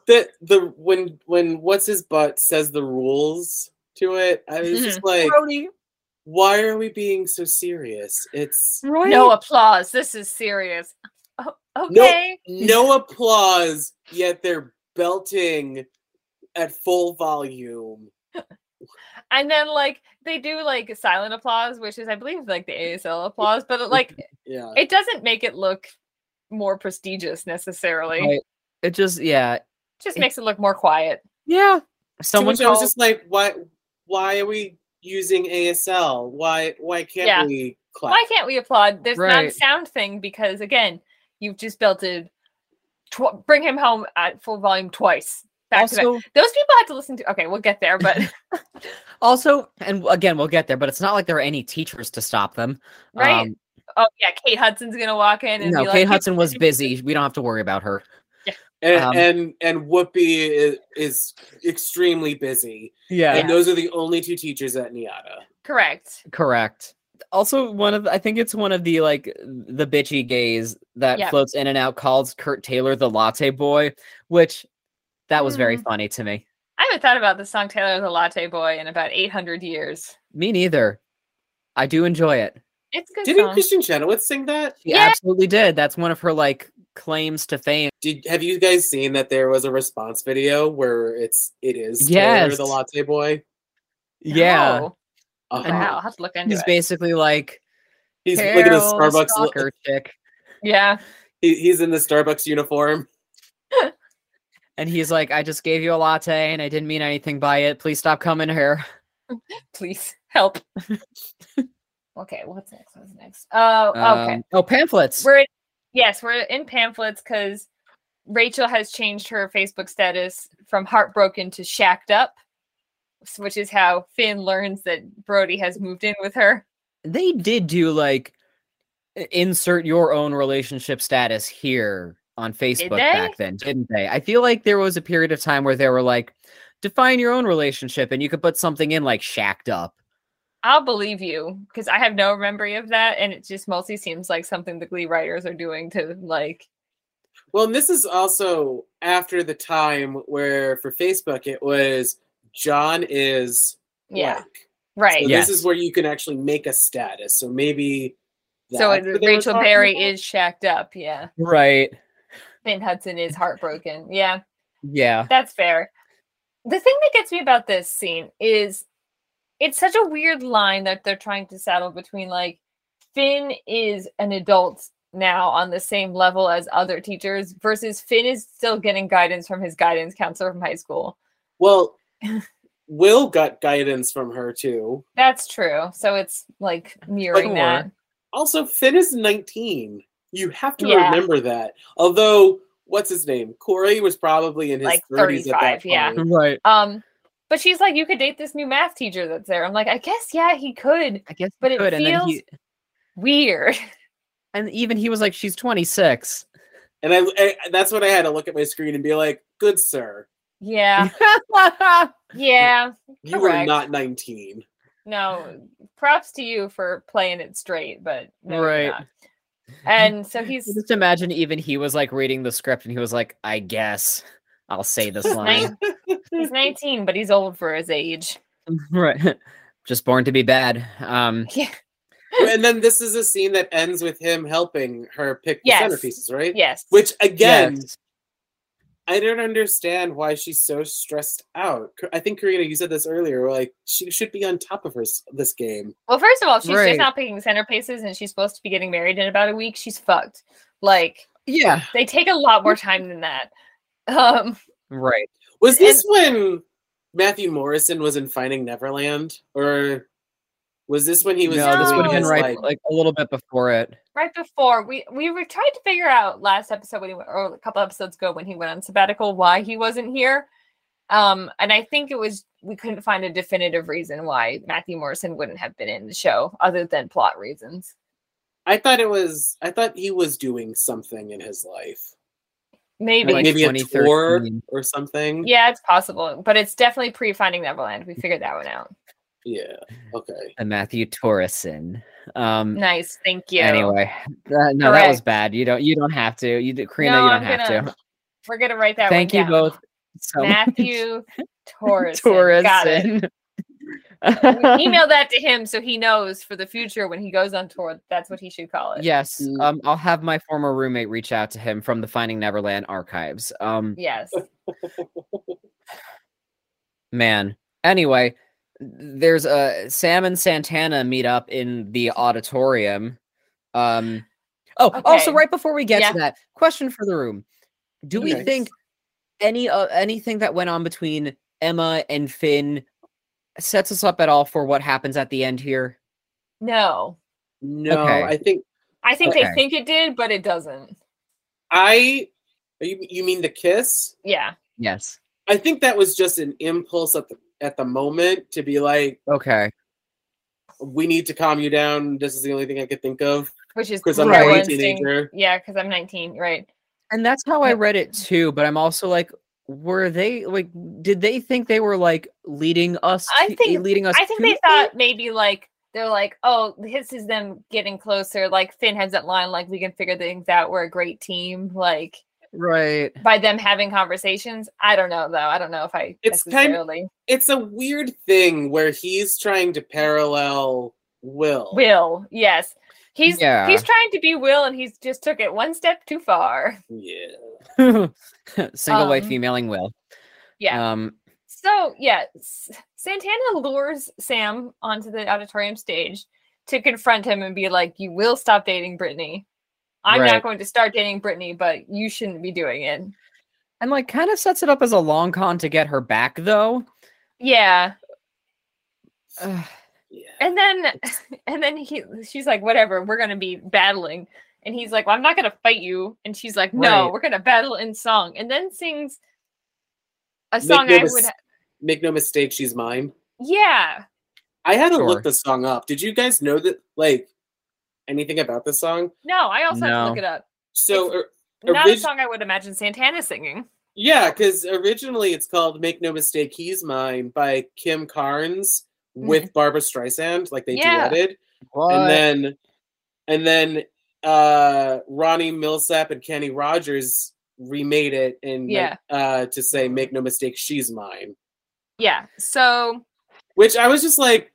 The the when when what's his butt says the rules to it, I was
Mm-hmm.
just like,
Brody,
why are we being so serious? It's
No applause. This is serious. Oh,
No-
okay.
no applause, yet they're belting at full volume.
And then like they do like silent applause, which is I believe like the ASL applause, but it, like
Yeah.
it doesn't make it look more prestigious necessarily.
Right. it just yeah,
Just
It-
makes it look more quiet.
yeah.
To
Someone
which I was
called.
just like, why why are we using ASL? Why why can't
Yeah.
we clap?
Why can't we applaud this
Right.
non-sound thing? Because again, you've just belted tw- "Bring Him Home" at full volume twice. Back to back.
Also,
Those people had to listen to. Okay, we'll get there, but *laughs*
also, and again, we'll get there, but it's not like there are any teachers to stop them.
right.
Um,
oh yeah, Kate Hudson's gonna walk in and
no,
be like,
Kate
"You-
Hudson was busy. We don't have to worry about her.
and,
Um,
and and Whoopi is, is extremely busy,
Yeah.
and those are the only two teachers at Niata.
Correct.
Correct. Also, one of the- I think it's one of the like the bitchy gays that
Yep.
floats in and out calls Kurt Taylor the latte boy, which that was very
Mm.
funny to me.
I haven't thought about the song "Taylor the Latte Boy" in about eight hundred years.
Me neither. I do enjoy it.
It's a good.
Didn't
song.
Christian Chenoweth sing that?
She
Yeah.
absolutely did. That's one of her like claims to fame.
Did have you guys seen that there was a response video where it's it is Taylor
Yes.
the Latte Boy?
Yeah.
No.
Uh-huh.
Oh, Wow. I'll have to look into
He's
it.
basically like
He's look at his
"Carol,
Starbucks. look-
stalker chick.
yeah.
He, he's in the Starbucks uniform.
And he's like, I just gave you a latte and I didn't mean anything by it. Please stop coming here.
Please
*laughs*
help. okay. What's next? What's next? Oh, okay.
Um, oh, pamphlets.
we're in, yes, we're in pamphlets because Rachel has changed her Facebook status from heartbroken to shacked up, s- which is how Finn learns that Brody has moved in with her.
they did do like i- insert your own relationship status here on Facebook back then, didn't they? I feel like there was a period of time where they were like, define your own relationship and you could put something in like shacked up.
I'll believe you because I have no memory of that, and it just mostly seems like something the Glee writers are doing to like.
Well, and this is also after the time where for Facebook it was John is
Yeah.
black.
Right.
So
Yes.
this is where you can actually make a status. So maybe
So
that's
it-
what they were
Rachel
talking
Berry
about?
is shacked up. Yeah.
Right.
Finn Hudson is heartbroken. Yeah,
Yeah.
that's fair. The thing that gets me about this scene is it's such a weird line that they're trying to saddle between like Finn is an adult now on the same level as other teachers *laughs* versus Finn is still getting guidance from his guidance counselor from high school.
Well, Will got guidance from her too.
That's true. So it's like mirroring
Or-
that.
Also, Finn is 19. You have to
Yeah.
remember that. Although, what's his name? Corey was probably in his
Like
30s at that
35, yeah.
point.
Right.
Um, but she's like, you could date this new math teacher that's there. I'm like, I guess yeah, he could. *laughs*
I guess,
But it
good. and then
feels-
he,
Weird.
and even he was like, she's *laughs* 26.
And I, I that's when I had to look at my screen and be like, "Good sir,
Yeah, yeah.
you were
Correct.
not 19."
No, props to you for playing it straight, but no, you're
Right.
not. And so
I
he's
just imagine even he was like reading the script and he was like, I guess I'll say
*laughs*
this line. *laughs*
nine-
*laughs*
he's 19, but he's old for his age. *laughs*
right. Just born to be bad. Um
Yeah.
and then this is a scene that ends with him helping her pick
Yes.
the centerpieces, right?
Yes.
Which again,
yes.
I don't understand why she's so stressed out. K- I think Karina, you said this earlier. we're Like she should be on top of her s- this game.
Well, first of all, if she's
Right.
just not picking centerpieces and she's supposed to be getting married in about a week. She's fucked. Like
Yeah.
they take a lot more time than that. *laughs* Um,
Right.
Was
And-
this when Matthew Morrison was in Finding Neverland, or was this when he was?
no, this would have
doing
been
his,
right
like-
like, a little bit before it.
right before we we were trying to figure out last episode when he went, or a couple episodes ago when he went on sabbatical why he wasn't here. Um, and I think it was we couldn't find a definitive reason why Matthew Morrison wouldn't have been in the show other than plot reasons.
I thought it was. I thought he was doing something in his life,
Maybe.
like
Like
maybe a tour
2013.
or something.
yeah, it's possible, but it's definitely pre Finding Neverland. We figured that one out.
Yeah.
*laughs*
Okay.
The Matthew Torreson. Um
Nice, thank you.
anyway. that- no, that was
Correct.
bad. You don't you don't have to. You d- Karina,
No,
you don't
I'm
have
gonna-
to.
we're gonna write that.
Thank
one
you
down.
both *laughs* so much.
Matthew Torres. Got it. We
Torreson.
email that to him so he knows for the future when he goes on tour. That's what he should call
*laughs*
it.
Yes,
Mm.
um, I'll have my former roommate reach out to him from the Finding Neverland archives. Um,
Yes.
man. Anyway, there's a Sam and Santana meet up in the auditorium. Um, oh, also
Okay.
right before we get
Yeah.
to that, question for the room: Do we
Okay.
think any uh, anything that went on between Emma and Finn sets us up at all for what happens at the end here?
No.
No,
Okay.
I think
I think
Okay.
they think it did, but it doesn't.
I. You, you mean the kiss?
Yeah.
Yes.
I think that was just an impulse at the, at the moment to be like,
Okay.
we need to calm you down. This is the only thing I could think of
Which is
because I'm
Right.
already a
instinct.
teenager.
Yeah, because I'm 19, right?
And that's how I
Yeah.
read it too, but I'm also like, were they like did they think they were like leading us
I
to- eh,
think-
leading us
I think
to
they
it?
thought maybe like they're like, oh, this is them getting closer. Like Finn has that line, like we can figure things out. We're a great team. Like
right *laughs*
by them having conversations. I don't know though. I don't know if I
It's kind-
necessarily
It's a weird thing where he's trying to parallel Will.
Will. Yes. He's
Yeah.
he's trying to be Will and he's just took it one step too far.
Yeah.
single white
Um,
femaling will.
Yeah.
Um
so yeah, S- Santana lures Sam onto the auditorium stage to confront him and be like, "You will stop dating Brittany. I'm
Right.
not going to start dating Brittany, but you shouldn't be doing it."
and like kind of sets it up as a long con to get her back though.
Yeah.
*sighs* Ugh,
Yeah.
And then *laughs* and then he she's like, "Whatever, we're going to be battling." And he's like, "Well, I'm not going to fight you." And she's like, "No,
Right.
we're going to battle in song." And then sings a
Make
song
no
I
mis-
would
Make no mistake, she's mine.
Yeah.
I had to
Sure.
look the song up. Did you guys know that, like, anything about the song?
No, I also have to look
No.
it up.
So, er,
Not a
Orig-
song I would imagine Santana singing.
yeah, because originally it's called Make No Mistake, He's Mine by Kim Carnes with Barbara Streisand, like they
Mm-hmm. Yeah.
duetted.
what?
and then and then uh Ronnie Millsap and Kenny Rogers remade it and like,
Yeah.
uh to say make no mistake she's mine
Yeah. So
which I was just like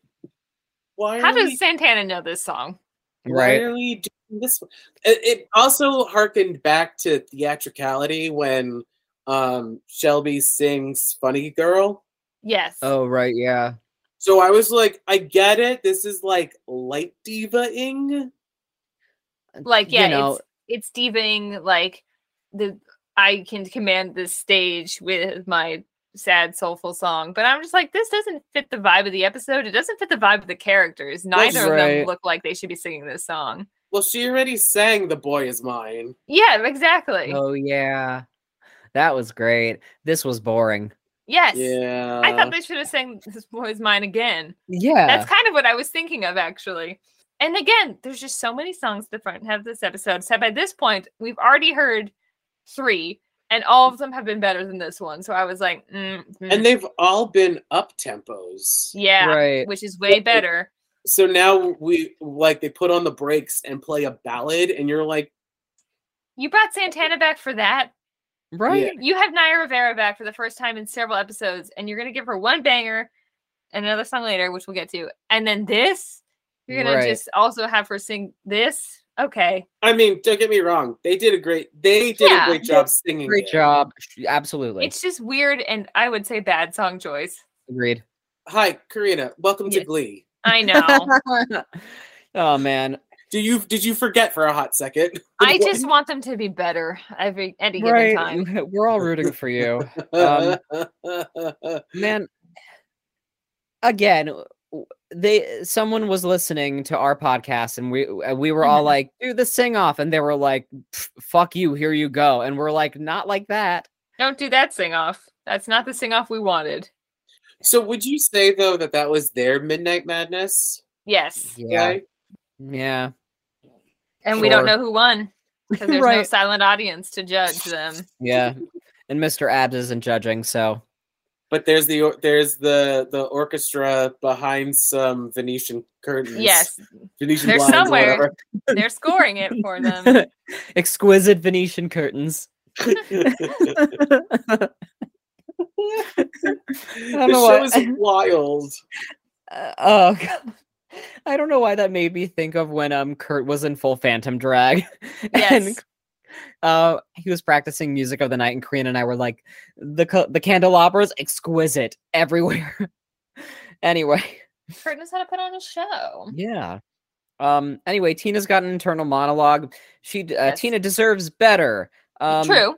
why
how
are we,
does Santana know this song?
why
right.
are we doing this one? it, it also harkened back to theatricality when um Shelby sings funny girl
Yes.
Oh right, yeah.
so I was like I get it this is like light diva-ing
like
you
yeah,
know-
it's it's diving like the I can command this stage with my sad, soulful song. But I'm just like, this doesn't fit the vibe of the episode. It doesn't fit the vibe of the characters. Neither of them
right.
look like they should be singing this song.
Well, she already sang "The Boy Is Mine."
Yeah, exactly.
Oh yeah. That was great. This was boring.
yes.
Yeah,
I thought they should have sang This Boy's Mine again.
Yeah.
That's kind of what I was thinking of, actually. And again, there's just so many songs the front half of this episode. So by this point, we've already heard three, and all of them have been better than this one. So I was like, mm, mm,
and they've all been up tempos.
yeah,
right.
which is way better.
So now we like they put on the brakes and play a ballad, and you're like,
You brought Santana back for that.
Right.
You have Naya Rivera back for the first time in several episodes, and you're gonna give her one banger and another song later, which we'll get to. And then this, you're gonna
Right.
just also have her sing this. Okay.
I mean, don't get me wrong, they did a great, they did
Yeah,
a great
they
job singing.
Great
it.
job. Sh- Absolutely.
It's just weird and I would say bad song choice.
Agreed. *laughs*
Hi, Karina. Welcome to
Yes.
Glee.
I
*laughs*
know.
oh man.
Do you did you forget for a hot second?
I
*laughs*
just want them to be better every any given time.
*laughs* We're all rooting for
*laughs*
you. um, man again w- w- they someone was listening to our podcast and we uh, we were all
Mhm.
like do the sing off and they were like "Pff, fuck you here you go and we're like not like that
Don't do that sing off. That's not the sing off we wanted.
so would you say though that that was their Midnight Madness?
Yes.
yeah
play?
yeah
And we don't
Sure.
know who won because there's no
Right.
silent audience to judge them. *laughs*
yeah and mr abs isn't judging so
But there's the or- there's the the orchestra behind some Venetian curtains.
Yes.
Venetian
They're
blinds or
somewhere. *laughs*
whatever.
They're scoring it for
*laughs*
them.
*laughs* exquisite venetian curtains
the
know
show
why-
is wild.
Uh, oh *laughs* god i don't know why that made me think of when um kurt was in full phantom drag *laughs*
Yes.
and uh he was practicing music of the night and korean and i were like the co- the candelabras exquisite everywhere *laughs* anyway
Kurt knows how to put on a show.
yeah um anyway tina's got an internal monologue she d- uh,
Yes.
tina deserves better um
True.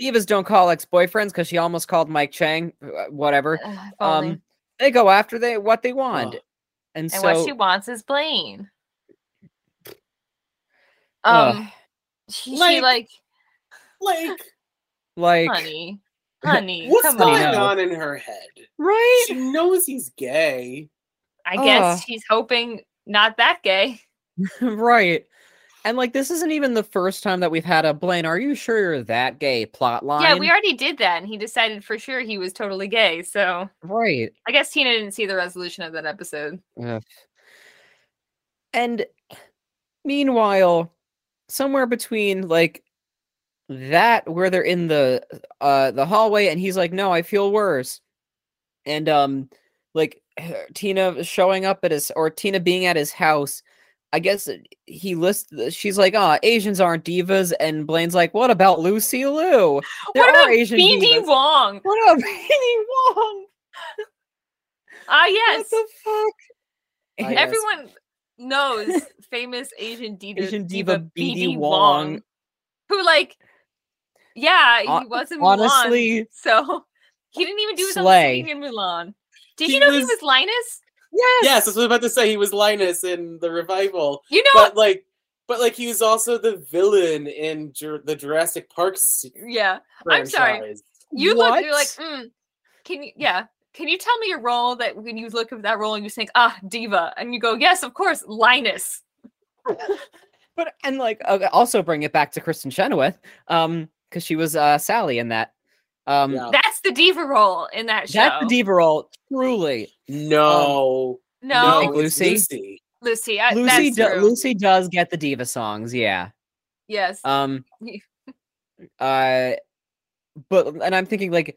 divas don't call ex-boyfriends because she almost called mike chang uh, whatever
Ugh, if only.
um they go after they what they want and,
and
so
what she wants is Blaine.
Ugh.
Um, she, she,
Like-
like,
Like
like *laughs*
honey, honey,
*laughs* what's
come
going
on.
No.
on in her head?
right
She knows he's gay.
I guess
Ugh.
she's hoping not that gay.
right. And like this isn't even the first time that we've had a Blaine, are you sure you're that gay plot line?
Yeah, we already did that, and he decided for sure he was totally gay. So
right.
I guess Tina didn't see the resolution of that
*gasps*
episode.
Ugh. And meanwhile, somewhere between like that where they're in the uh the hallway and he's like, "No, I feel worse." And um like Tina showing up at his or Tina being at his house, I guess it- he lists the- she's like, "Ah, Asians aren't divas." And Blaine's like, "What about Lucy Liu?" There
what
are
about
Asian
BD
divas. *laughs*
Wong?
What about Beanie Wong?
Ah, yes.
What the fuck?
*laughs*
I guess.
Everyone knows famous
*laughs*
Asian diva,
Asian
diva,
diva
BD,
BD
Wong,
Wong.
who like, yeah, he
Hon-
was in Mulan,
Honestly,
*laughs* so he didn't even do his own
slay.
singing in Mulan. Did
He
you know he
was-
was Linus?
Yes, that's what I was about to say. He was Linus in the revival,
You know,
but like, but like he was also the villain in Jur- the Jurassic Park. s-
yeah. I'm sorry.
franchise.
You look, you're like,
What?
mm, can you, yeah, can you tell me your role that when you look at that role and you think, ah, diva, and you go, yes, of course, Linus.
*laughs* but and like okay, also bring it back to Kristen Chenoweth, um, because she was uh Sally in that. Um,
Yeah.
That's the diva role in that show.
that's the diva role, truly.
No,
no,
Like
it's
Lucy?
Lucy.
Lucy, I,
Lucy,
that's
do-
true.
Lucy does get the diva songs, yeah.
yes,
Um, uh, but and I'm thinking like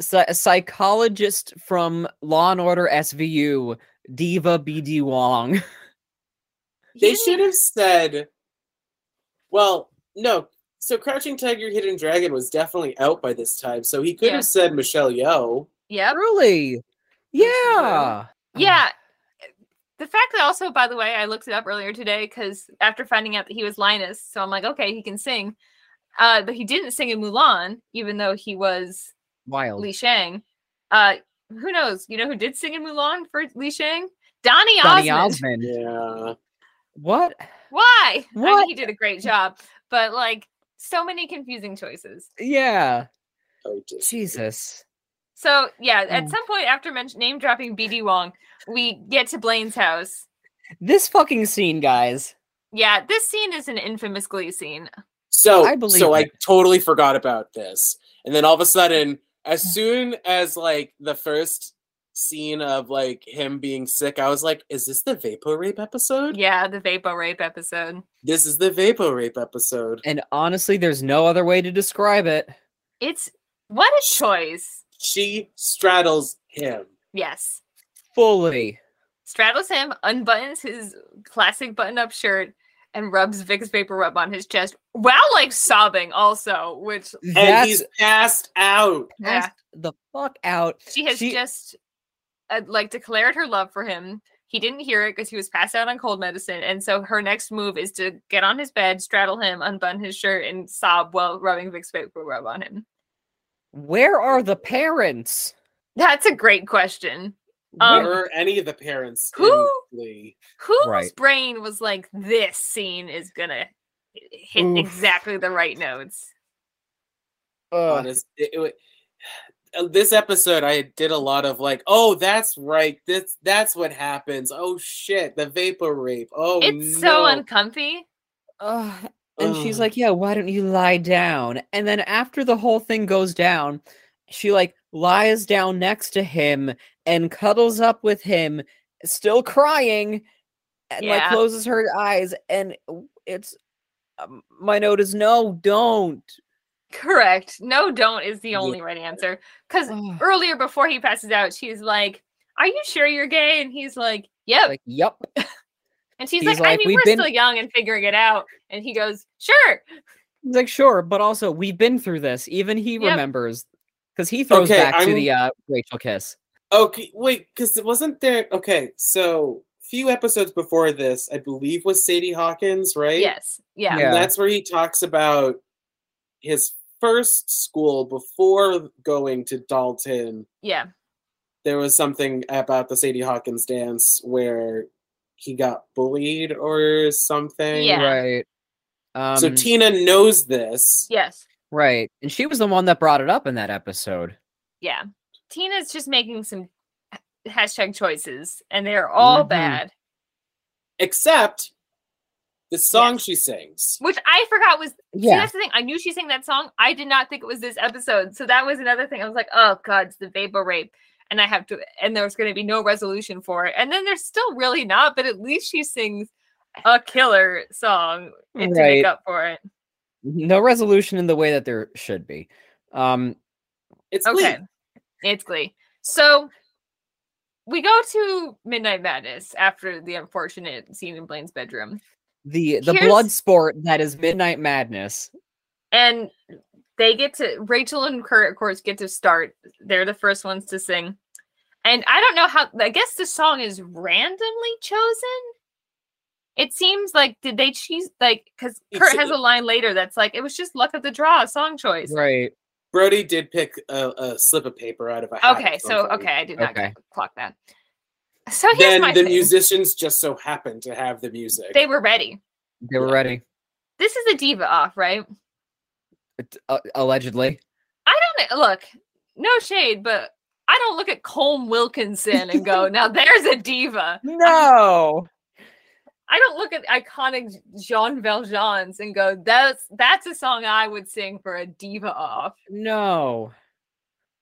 psy- a psychologist from Law and Order SVU, diva BD Wong.
He
They
didn't
should
even-
have said, well, no. So Crouching Tiger, Hidden Dragon was definitely out by this time, so he could
Yeah.
have said Michelle Yeoh.
*laughs*
Yep.
Truly.
Yes,
Yeah.
Yeah. The fact that also, by the way, I looked it up earlier today because after finding out that he was Linus, so I'm like, okay, he can sing. Uh, but he didn't sing in Mulan, even though he was
Wild.
Li Shang. Uh, who knows? You know who did sing in Mulan for Li Shang? Donny
Donny Osmond.
Osmond.
Yeah.
What?
*laughs* Why? I
What?
mean, he did a great job, but like so many confusing choices.
Yeah.
Oh, dear.
Jesus.
So yeah, at
Mm.
some point after men- name dropping BD Wong, we get to Blaine's house.
This fucking scene, guys.
Yeah, this scene is an infamous Glee scene.
So
I believe
so I
it.
totally forgot about this. And then all of
*laughs*
a sudden, as soon as like the first scene of like him being sick, I was like, is this the Vapor Rape episode?
Yeah, the Vapo Rape episode.
This is the Vapor Rape episode.
And honestly, there's no other way to describe it.
It's what a choice.
She straddles him.
Yes.
Fully.
Straddles him, unbuttons his classic button up shirt, and rubs Vicks Vapor Rub on his chest while like sobbing also, which
And
That's
he's passed out.
yeah.
passed the fuck out.
She has
She-
just uh, like declared her love for him. He didn't hear it because he was passed out on cold medicine, and so her next move is to get on his bed, straddle him, unbutton his shirt, and sob while rubbing Vicks vapor rub on him.
Where are the parents?
That's a great question. Um,
Where are any of the parents? in
who-
Glee?
Whose
Right.
brain was like, this scene is gonna hit
Oof.
exactly the right notes?
Ugh.
honest. It, it, wa- *sighs* uh, this episode, I did a lot of like, oh, that's right. This that's what happens. Oh shit, the vapor rape. Oh,
it's
no.
so uncomfy.
Ugh. And she's
Ugh.
like, Yeah, why don't you lie down? And then after the whole thing goes down, she like lies down next to him and cuddles up with him, still crying, and like
Yeah.
closes her eyes. And w- it's um, my note is no, don't.
Correct. No, don't is the
Yeah.
only right answer. Because
Ugh.
earlier before he passes out, she's like, Are you sure you're gay? And he's like, Yep.
Like, yep.
And she's
he's
like, I
like,
mean,
"We've
we're
been-
still young and figuring it out. And he goes, Sure.
He's like, sure, but also we've been through this. Even he
Yep.
remembers because he throws
Okay,
back to
I'm-
the uh, Rachel kiss.
Okay, wait, because it wasn't there. Okay, so few episodes before this, I believe was Sadie Hawkins, right?
Yes. Yeah.
And that's where he talks about his first school before going to Dalton.
Yeah.
there was something about the Sadie Hawkins dance where he got bullied or something.
Yeah.
Right. Um,
So Tina knows this.
Yes.
right. And she was the one that brought it up in that episode.
Yeah. Tina's just making some ha- hashtag choices, and they're all
Mhm.
bad,
Except the song she sings.
which I forgot was. See,
Yeah.
that's the thing. I knew she sang that song. I did not think it was this episode. So that was another thing. I was like, Oh, God, it's the vapor rape. And I have to, and there's going to be no resolution for it. And then there's still really not, but at least she sings a killer song to
Right.
make up for it.
No resolution in the way that there should be. Um,
It's
Okay.
Glee.
It's Glee. So we go to Midnight Madness after the unfortunate scene in Blaine's bedroom.
the the
Here's-
blood sport that is Midnight Madness.
And they get to Rachel and Kurt, of course, get to start. They're the first ones to sing. And I don't know how I guess the song is randomly chosen. It seems like did they choose like because
It's-
Kurt has a line later that's like it was just luck of the draw, song choice.
Right.
Brody did pick a, a slip of paper out of a hat or
Okay, so
something.
okay, I did not
Okay.
clock that. So here's
Then
my
the
thing.
musicians just so happened to have the music.
They were ready.
They were ready.
this is a diva off, right?
It's, uh, allegedly.
I don't know- look, no shade, but I don't look at Colm Wilkinson and go, now there's a diva.
No.
I don't look at iconic Jean Valjeans and go, that's that's a song I would sing for a diva off.
No.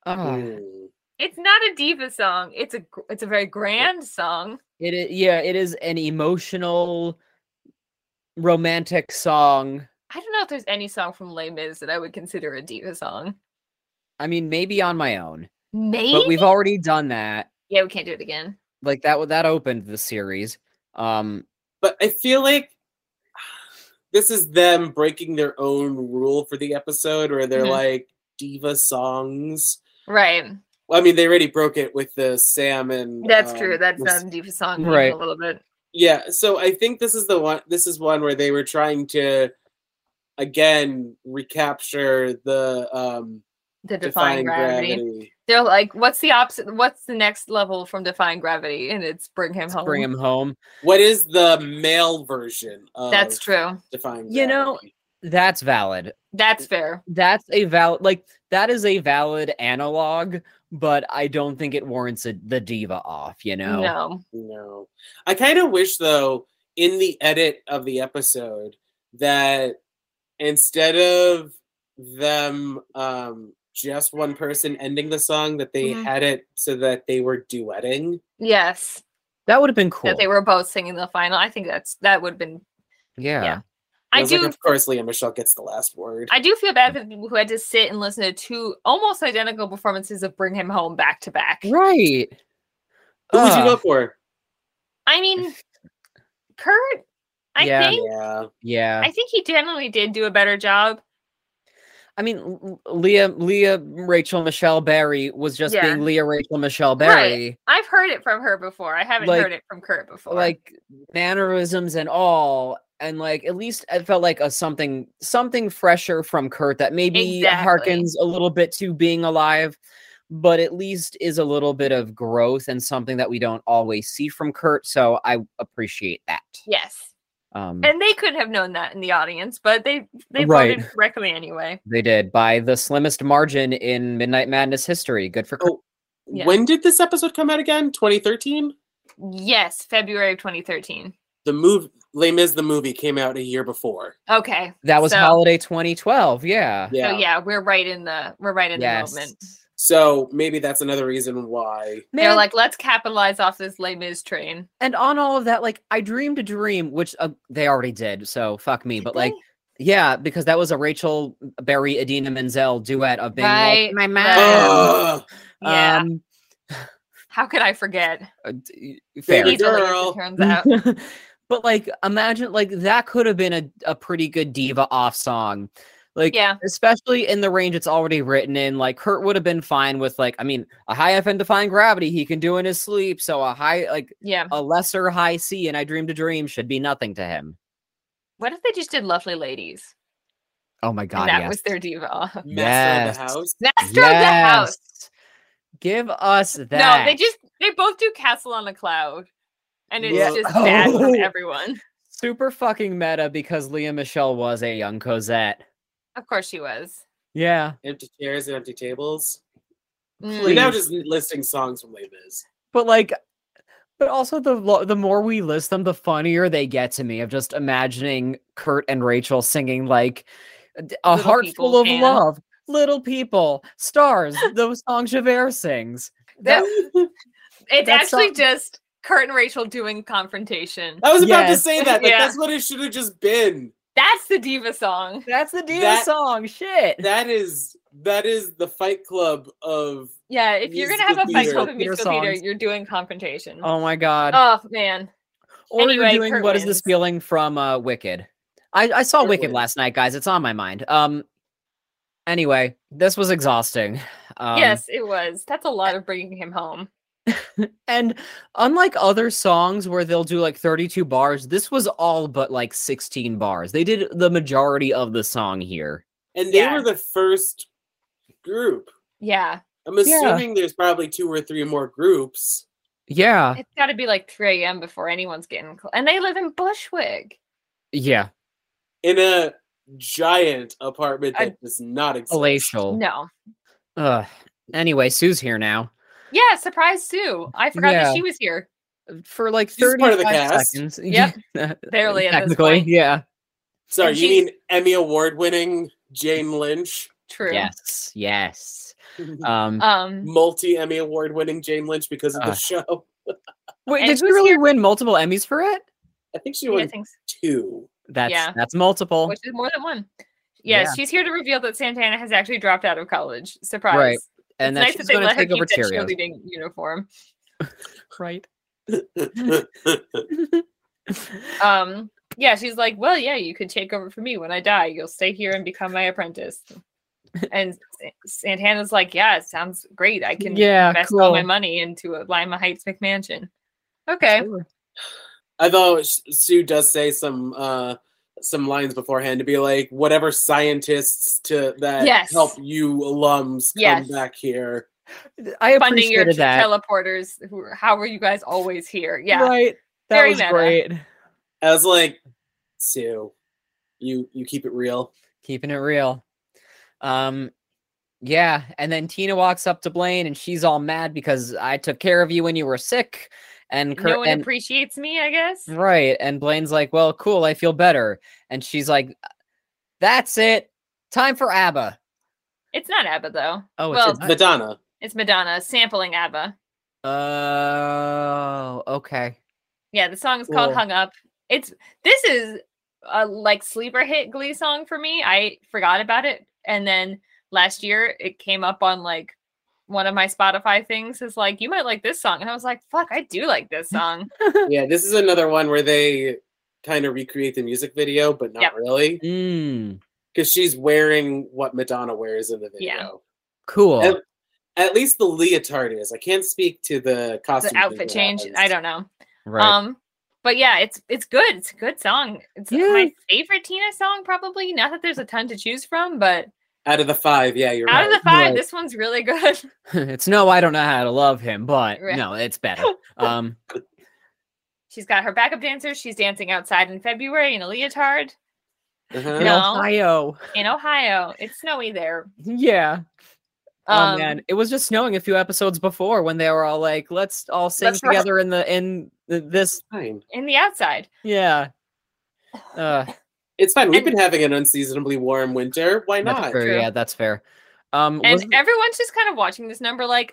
Oh,
Mm.
It's not a diva song. It's a gr- it's a very grand song.
it is, yeah, it is an emotional romantic song.
I don't know if there's any song from Les Mis that I would consider a diva song.
I mean, maybe on my own,
Maybe.
but we've already done that.
yeah, we can't do it again.
Like that w- that opened the series. Um
But I feel like *sighs* this is them breaking their own rule for the episode where they're
Mhm.
like diva songs.
Right.
Well, I mean, they already broke it with the Sam and.
That's
um,
true. That's
with-
not a diva song. even
Right.
A little bit.
Yeah, so I think this is the one. This is one where they were trying to, again, recapture the um
to define, gravity. They're like, what's the opposite? What's the next level from define gravity? And it's bring him home.
Bring him home.
What is the male version of
That's true.
define
You know,
gravity?
That's valid.
That's fair.
That's a valid like that is a valid analog, but I don't think it warrants a, the diva off, you know.
No.
No. I kind of wish, though, in the edit of the episode, that instead of them um, just one person ending the song, that they
Mhm.
had it so that they were duetting.
Yes.
That would have been cool.
That they were both singing the final. I think that's that would have been.
yeah.
yeah.
I
I
was
do.
Like, of course, Leah Michelle gets the last word.
I do feel bad for the people who had to sit and listen to two almost identical performances of Bring Him Home back to back.
Right.
Who would you
Ugh.
go for?
I mean, Kurt, I
Yeah.
think
Yeah.
Yeah.
I think he generally did do a better job.
I mean, L- L- Leah, Leah, Rachel Michelle Berry was just
Yeah.
being Leah Rachel Michelle
Right.
Berry,
I've heard it from her before. I haven't
Like-
heard it from Kurt before.
like mannerisms and all, and like at least it felt like a something something fresher from Kurt that maybe
Exactly.
harkens a little bit to being alive, but at least is a little bit of growth and something that we don't always see from Kurt. So I appreciate that.
yes,
Um,
and they could have known that in the audience, but they they
Right.
voted correctly anyway.
they did by the slimmest margin in Midnight Madness history. Good for Kurt.
Oh,
Yeah.
When did this episode come out again? 2013?
Yes, February of 2013.
The movie Les Mis the movie came out a year before.
Okay,
that was
so-
holiday 2012. Yeah.
Yeah.
so Oh, yeah, we're right in the we're right in the moment.
So maybe that's another reason why.
They're
Man,
like, let's capitalize off this Les Mis train.
and on all of that, like I dreamed a dream, which uh, they already did, so fuck me.
Did
But like,
they?
yeah, because that was a Rachel Berry Adina Menzel duet of being
Right,
like, my mom.
Ugh,
yeah,
Um,
how could I forget?
uh, d-
Fair
fair. *laughs*
Easily, as it
girl.
turns out.
but like, imagine like that could have been a, a pretty good diva off song. Like,
Yeah.
especially in the range it's already written in. Like, Kurt would have been fine with like, I mean, a high FN defined gravity he can do in his sleep. So a high, like
Yeah.
a lesser high C, and I dreamed a dream should be nothing to him.
What if they just did Lovely Ladies?
Oh my
And
god,
that
yes.
was their *laughs* diva.
master of the
Yes.
house.
Master of the House.
Yes. Give us
No,
that.
they just they both do Castle on a Cloud. And it's
Yeah.
just bad
Oh.
for
*laughs*
everyone.
super fucking meta because Leah Michelle was a young Cosette.
Of course she was.
Yeah.
Empty chairs and empty tables.
Mm.
We're now
Please.
just listing songs from Les Mis.
But like but also the lo- the more we list them the funnier they get to me of just imagining Kurt and Rachel singing like d- a
Little
heart
People
full of
and-
love, little people, stars, those songs Javert sings.
That-
*laughs*
it's
that
actually
song-
just Kurt and Rachel doing confrontation.
Oh.
I was about to
Yes.
*laughs*
say that. Like,
Yeah.
That's what it should have just been.
That's the diva song.
That's the Diva
That-
song. Shit.
That is that is the Fight Club of
Yeah, if you're gonna have
Musical
a fight club
theater.
in musical theater,
Songs.
you're doing confrontation.
oh my god.
Oh, man.
Or
Anyway,
you're doing
Kurt
what is this
wins.
feeling from uh Wicked. I, I saw
Kurt
Wicked
wins.
last night, guys. It's on my mind. Um anyway, this was exhausting. Um,
yes, it was. That's a lot of bringing him home.
And unlike other songs where they'll do like 32 bars, this was all but like 16 bars. They did the majority of the song here.
and they
Yeah.
were the first group.
Yeah.
I'm assuming there's probably two or three more groups.
Yeah.
It's got to be like 3 a.m. before anyone's getting cl- And they live in Bushwick.
Yeah.
in a giant apartment
A-
that does not exist.
Palatial.
No.
Ugh. Anyway, Sue's here now.
Yeah, surprise Sue. I forgot
Yeah.
that she was here.
For like
She's
30
part of the cast.
seconds. *laughs*
Yep.
Yeah.
Barely at this
Technically,
point.
yeah.
Sorry,
And
you
she's-
mean Emmy Award winning Jane
*laughs*
Lynch?
True.
Yes. Yes. Um
Um
Multi Emmy Award winning Jane Lynch because of the
Uh.
show.
wait,
and
did she
who's
really
here-
win multiple Emmys for it?
I think she
yeah, I
won
think so,
two.
That's
Yeah.
that's multiple.
which is more than one. Yeah,
Yeah.
she's here to reveal that Santana has actually dropped out of college. Surprise.
Right. and then
it's nice
she's
that they
gonna
let her
take
keep
over
that
Cheerios.
cheerleading uniform.
Right.
*laughs* Um yeah, she's like, Well, yeah, you could take over for me when I die. You'll stay here and become my
*laughs*
apprentice. And Sa- Santana's like, Yeah, it sounds great. I can
yeah.
invest all my
Cool.
money into a Lima Heights McMansion. Okay.
Sure.
Although S- Sue does say some uh, some lines beforehand to be like whatever scientists to that
Yes.
help you alums come
Yes.
back here.
I
funding your
appreciated that.
teleporters. Who, how are you guys always here? Yeah.
Right. That
Very
was
meta.
great.
I was like, Sue, you you keep it real.
Keeping it real. Um yeah, and then Tina walks up to Blaine and she's all mad because I took care of you when you were sick and Kurt
no one
and Mm.
appreciates me, I guess.
Right. And Blaine's like, well, cool. I feel better. And she's like, that's it. Time for ABBA.
It's not ABBA though.
Oh,
Well,
it's, it's
*laughs*
Madonna.
It's Madonna sampling ABBA.
Oh, okay.
Yeah, the song is called
Cool.
Hung Up. It's this is a like sleeper hit glee song for me. I forgot about it. And then last year it came up on like one of my Spotify things is like, you might like this song. And I was like, fuck, I do like
*laughs*
this song.
yeah, this is another one where they kind of recreate the music video, but not
Yep.
really.
Mm,
Because she's wearing what Madonna wears in the video.
Yeah.
cool.
And- At least the leotard is. I can't speak to the costume.
the outfit change. I don't know.
right.
Um, but yeah, it's it's good. It's a good song. It's
Yeah.
my favorite Tina song, probably. Not that there's a ton to choose from, but
Out of the five, yeah, you're
out
right.
of the five,
right.
this one's really good.
*laughs*
*laughs*
it's no, I don't know how to love him, but
Right.
no,
*laughs*
it's better. Um,
She's got her backup dancer. She's dancing outside in February in a leotard
Uh-huh.
in
*laughs* No.
Ohio. *laughs*
in Ohio. It's snowy there.
Yeah. oh
Um,
man, it was just snowing a few episodes before when they were all like, "Let's all sing
Let's rehe-
together in the in th- this."
Fine.
in the outside.
Yeah. Uh,
It's fine. We've
And-
been having an unseasonably warm winter. Why
that's
not?
fair.
True.
Yeah, that's fair. Um,
And e,
was-
everyone's just kind of watching this number like,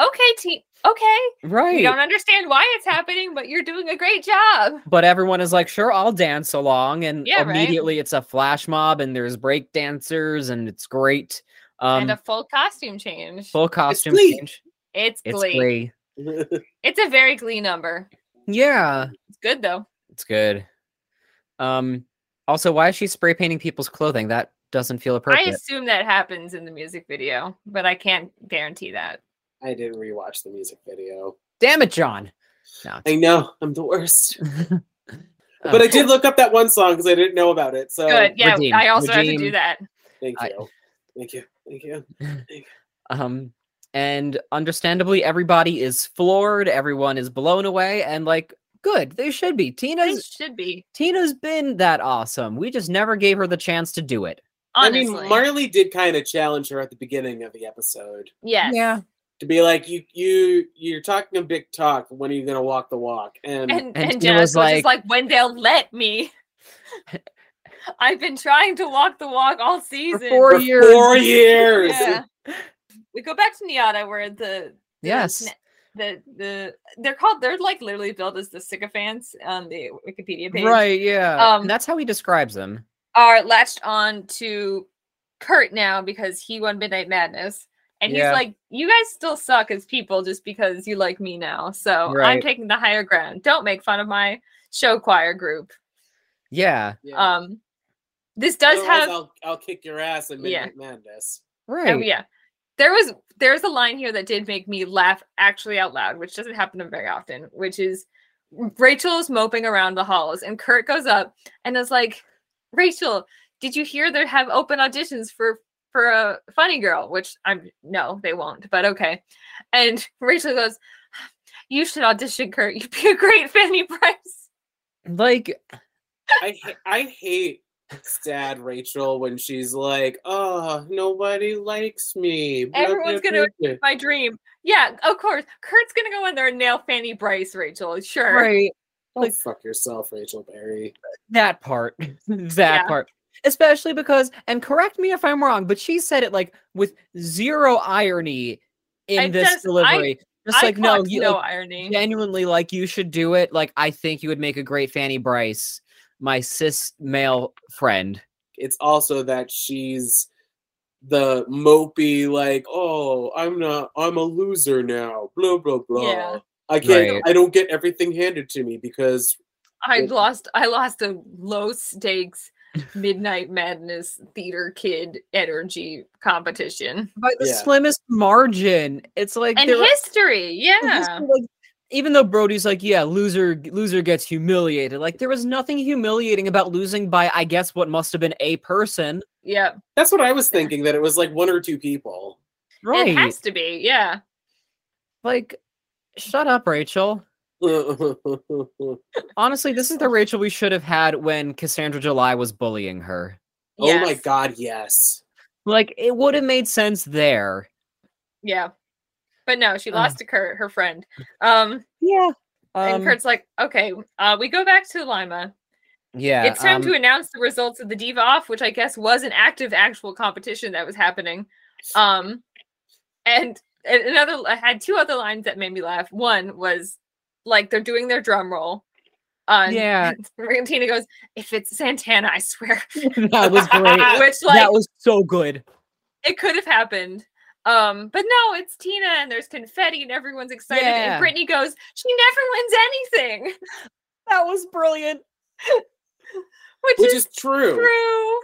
okay, T okay. We
right.
don't understand why it's happening, but you're doing a great job.
but everyone is like, sure, I'll dance along. And
Yeah, right.
immediately it's a flash mob and there's break dancers and it's great. Um,
and a full costume change.
full costume
Glee.
change.
it's
It's
glee.
glee.
*laughs*
It's a very glee number.
Yeah,
It's good though.
it's good. Um, also, why is she spray painting people's clothing? That doesn't feel
I
appropriate.
assume that happens in the music video, but I can't guarantee that.
I didn't rewatch the music video.
Damn it, John. No, Oh.
I know I'm the worst,
*laughs* it's-
*laughs* but I did look up that one song because I didn't know about it. So
Good. Yeah,
redeem,
I also have to do
redeem.
that.
thank
I-
you, thank you, thank you.
um, and understandably, everybody is floored. Everyone is blown away, and like, good, they should be.
It
Tina's
should be.
Tina's been that awesome. We just never gave her the chance to do it.
Honestly.
I mean, Marley did kind of challenge her at the beginning of the episode
yes.
Yeah.
to be like, "You, you, you're talking a big talk. When are you gonna walk the walk?"
And,
And,
Mm, And
and,
Tina
Jenna
was
was
like-
like, like, when they'll
*laughs*
let me. I've been trying to walk the walk all season.
four
for
years.
four years.
Yeah. we go back to Niata where the the
Yes.
sna- The, the they're called they're like literally billed as the sycophants on the Wikipedia page.
Right, yeah.
Um,
and that's how he describes them.
are latched on to Kurt now because he won Midnight Madness. And he's
Yeah.
like, You guys still suck as people just because you like me now. So I'm
Right.
taking the higher ground. Don't make fun of my show choir group.
Yeah,
Yeah.
Um this does
Otherwise,
have
I'll, I'll kick your ass in
Yeah.
Midnight Madness.
right.
oh, yeah. There was there's a line here that did make me laugh actually out loud, which doesn't happen very often, which is Rachel's moping around the halls and Kurt goes up and is like, Rachel, did you hear they have open auditions for for a funny girl? Which I'm no, they won't, but okay. And *laughs* Rachel goes, You should audition, Kurt. You'd be a great Fanny Price.
Like,
I ha- I hate sad Rachel when she's like, "Oh, nobody likes me." blah, blah,
Everyone's gonna
blah."
My dream. Yeah, of course. Kurt's gonna go in there and nail Fanny Bryce, Rachel. Sure.
right.
Go
like-
fuck yourself, Rachel Berry.
That part. *laughs* that
Yeah.
part. Especially because, and correct me if I'm wrong, but she said it like with zero irony in
I
this
just- I-
delivery. just
I
like, no,
clocked
you
no
like,
irony.
genuinely like you should do it. Like, I think you would make a great Fanny Bryce, my cis male friend.
It's also that she's the mopey, like, "Oh, I'm not. I'm a loser now." Blah blah blah.
Yeah.
I can't.
Right.
I don't get everything handed to me because
I
Good.
lost I lost a low stakes midnight madness theater kid energy competition.
By the
Yeah.
slimmest margin. It's like
And
there-
history,
Well, this
yeah.
is, like, even though Brody's like, yeah, loser loser gets humiliated. Like there was nothing humiliating about losing by I guess what must have been a person.
Yeah.
That's what I was thinking, that it was like one or two people. *laughs*
Right.
It has to be. Yeah.
like shut up, Rachel.
oh
Honestly, this is the Rachel we should have had when Cassandra July was bullying her.
Oh my
Yes.
god, yes.
Like it would have made sense there.
Yeah. But no, she
Ugh.
lost to Kurt, her friend. Um,
Yeah. Um,
and Kurt's like, okay, uh, we go back to Lima.
yeah.
it's time
um, *laughs*
to announce the results of the Diva Off, which I guess was an active, actual competition that was happening. Um, and and another, I had two other lines that made me laugh. One was like they're doing their drum roll. Uh,
Yeah.
and *laughs* Tina goes, "If it's Santana, I swear."
that
*laughs*
was great.
Which like
that was so good.
it could have happened. Um, but no, it's Tina, and there's confetti, and everyone's excited.
Yeah.
And Brittany goes, "She never wins anything," *laughs*
That was brilliant.
which,
Which
is,
is true.
true.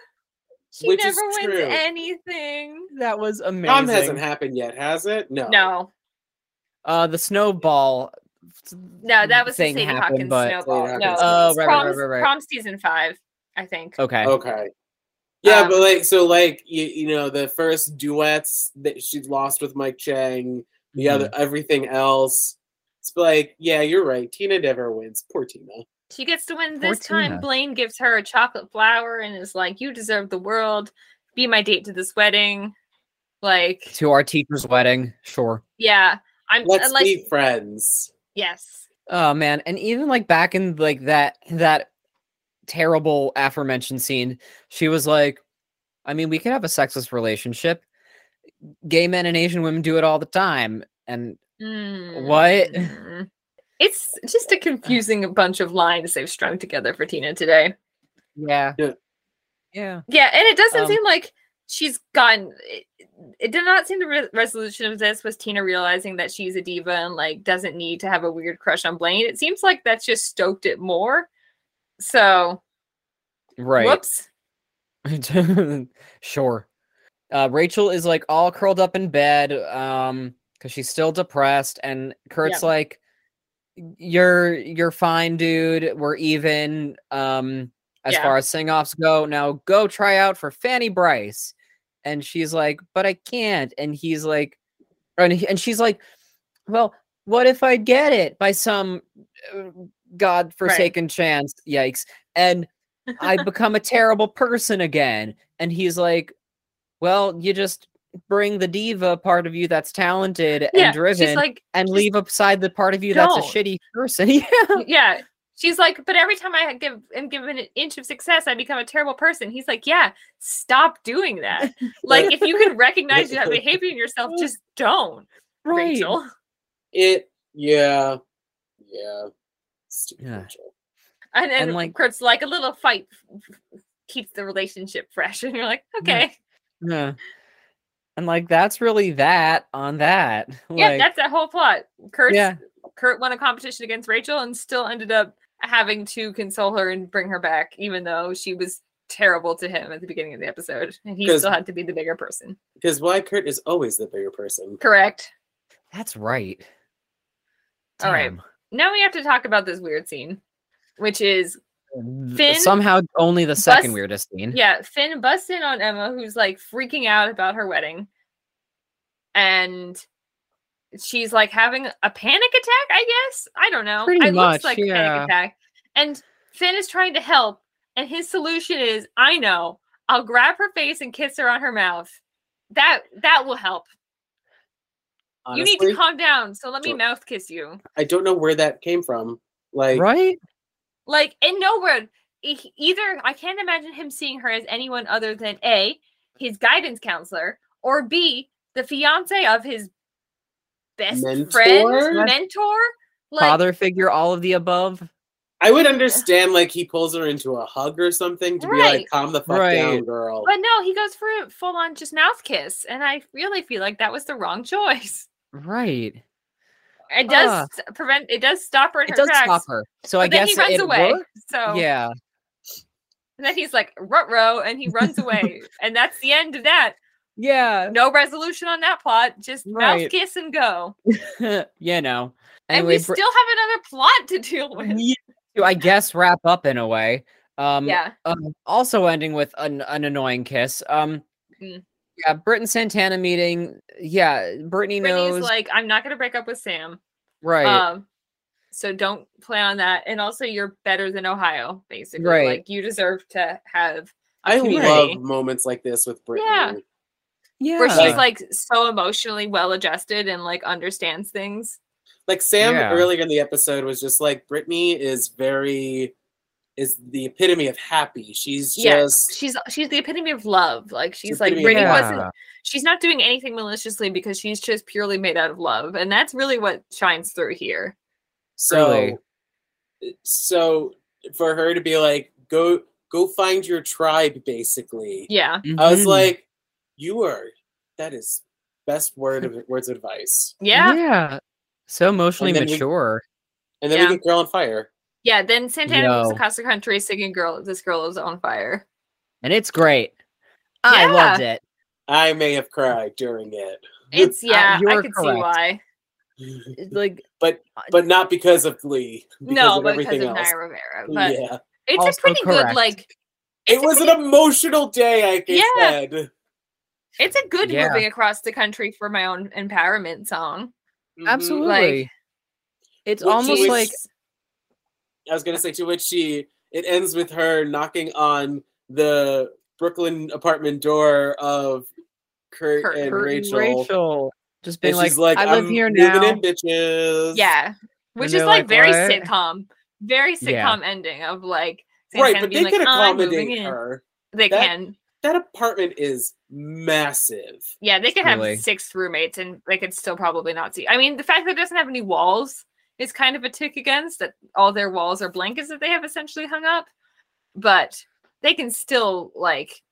She
Which is
never wins
true.
anything.
That was amazing.
Prom hasn't happened yet, has it? No.
No,
Uh, the snowball.
no, that was the
thing
Sadie
happened,
Hawkins
but-
snowball.
Sadie
No,
Hawkins.
Oh,
it's
right, right,
prom,
right, Oh, right, right.
prom season five, I think.
Okay.
Okay. Yeah,
Um,
but like so like you, you know, the first duets that she lost with Mike Chang, the other
Mm-hmm.
everything else. It's like, yeah, you're right. Tina never wins. Poor Tina.
She gets to win
Poor
this time.
Tina.
Blaine gives her a chocolate flower and is like, "You deserve the world. Be my date to this wedding." Like,
To our teacher's wedding, sure.
yeah, I'm
Let's
unless
be friends.
yes,
Oh man, and even like back in like that that terrible aforementioned scene, she was like, I mean, we could have a sexless relationship. Gay men and Asian women do it all the time. And What?
Mm. It's just a confusing bunch of lines they've strung together for Tina today.
yeah.
Yeah.
Yeah.
Yeah, and it doesn't
Um,
seem like she's gotten. It, it did not seem the re- resolution of this was Tina realizing that she's a diva and like doesn't need to have a weird crush on Blaine. It seems like that's just stoked it more. So
Right.
whoops.
*laughs* sure. Uh, Rachel is like all curled up in bed um cuz she's still depressed and Kurt's like you're you're fine dude. We're even um as
Yeah.
far as sing-offs go. Now go try out for Fanny Bryce. And she's like, "But I can't." And he's like and he, and she's like, "Well, what if I get it by some uh, godforsaken chance?" Yikes. And
*laughs*
I become a terrible person again. And he's like, Well, you just bring the diva part of you that's talented
Yeah,
and driven *laughs*
she's like,
and
just
leave aside the part of you
don't."
that's a shitty person. *laughs* yeah.
yeah. She's like, but every time I give am given an inch of success, I become a terrible person. He's like, yeah, stop doing that.
*laughs*
Like, if you can recognize that behavior in yourself, just don't, Rachel.
It yeah. Yeah. Stupid
Yeah.
Rachel.
And then
like-
Kurt's like a little fight f- f- keeps the relationship fresh, *laughs* and you're like,
Mm-hmm.
okay,
Yeah. And like that's really that on that. *laughs*
yeah,
like,
that's that whole plot. Kurt,
yeah.
Kurt won a competition against Rachel, and still ended up having to console her and bring her back, even though she was terrible to him at the beginning of the episode, and he
'Cause-
still had to be the bigger person.
Because why Kurt is always the bigger person.
Correct.
That's right.
All right.
Damn.
Now we have to talk about this weird scene, which is
Th-
Finn
Somehow only the second
bust-
weirdest scene.
yeah, Finn busts in on Emma, who's like freaking out about her wedding, and she's like having a panic attack. I guess I don't know.
Pretty
it
much,
looks like a
yeah.
panic attack, and Finn is trying to help, and his solution is, I know, I'll grab her face and kiss her on her mouth. That that will help. you need
Honestly,
to calm down. So let me
Sure.
mouth kiss you.
I don't know where that came from. Like
Right?
Like in nowhere, e- either I can't imagine him seeing her as anyone other than a his guidance counselor or b the fiance of his best friend
Mentor?
mentor. Like
Father figure, all of the above.
I would understand like he pulls her into a hug or something to be
Right.
like, calm the fuck down,
Right.
girl.
but no, he goes for a full on just mouth kiss, and I really feel like that was the wrong *laughs* choice.
Right.
It does
Ah.
st- prevent. It does stop her in
It
her
does
tracks.
stop her. So I
but then
guess
he runs
it
away.
worked.
So
Yeah.
and then he's like rut row, and he runs away, and that's the end of that.
Yeah. *laughs*
No resolution on that plot. Just
Right.
mouth kiss and go.
you know.
and we
Anyway, br-
still have another plot to
*laughs*
deal with.
yeah, to, I guess wrap up in a way. Um,
yeah.
um, also ending with an, an annoying kiss. Um,
Mm.
yeah, Britt and Santana meeting. Yeah, Brittany
Brittany's
knows.
like, I'm not gonna break up with Sam.
right.
Um, so don't plan on that. And also, you're better than Ohio, basically.
Right.
Like you deserve to have
I
Community.
love moments like this with Brittany.
Yeah.
yeah.
where she's
Like-
like so emotionally well adjusted and like understands things.
Like Sam
Yeah.
earlier in the episode was just like Brittany is very is the epitome of happy. She's
Yeah.
just
She's she's the epitome of love. Like she's like
epitome of
Brittany
love.
wasn't. She's not doing anything maliciously because she's just purely made out of love, and that's really what shines through here.
so
Truly.
so for her to be like go go find your tribe basically.
Yeah.
I was
Mhm.
like you are that is best word of words of advice.
Yeah.
So emotionally
then we-
mature.
And then
Yeah.
we get girl on fire.
Yeah. Then Santana goes
Yo.
across the country singing "Girl, This Girl Is on Fire."
and it's great. I
Yeah.
loved it.
I may have cried during it.
It's
Uh,
yeah. I
you're
could see
correct.
why.
It's Like
*laughs* but not because of Glee. Because
no,
of
but because
everything
of
else.
Naya Rivera. But
yeah,
it's
Also
a pretty
correct.
good like
it was an emotional day. I think
Yeah.
said.
it's a good
Yeah.
moving across the country for my own empowerment song.
Mhm.
absolutely. it's
Which
almost
is-
like
I was gonna say to which she it ends with her knocking on the Brooklyn apartment door of Kurt,
Kurt.
and
Kurt and
Rachel.
Rachel just being
and
like,
she's like,
I live
am
here
moving
now.
in, bitches.
yeah, which is
they're
like,
like,
very
"What?"
sitcom, very
Yeah.
sitcom ending of like
right.
Santana
But
being
they
like,
can
"I'm moving
accommodate
in."
her.
They
That-
can,
That apartment is massive.
yeah, they could
Truly.
have six roommates and they could still probably not see. I mean, the fact that it doesn't have any walls is kind of a tick against that. All their walls are blankets that they have essentially hung up, but they can still like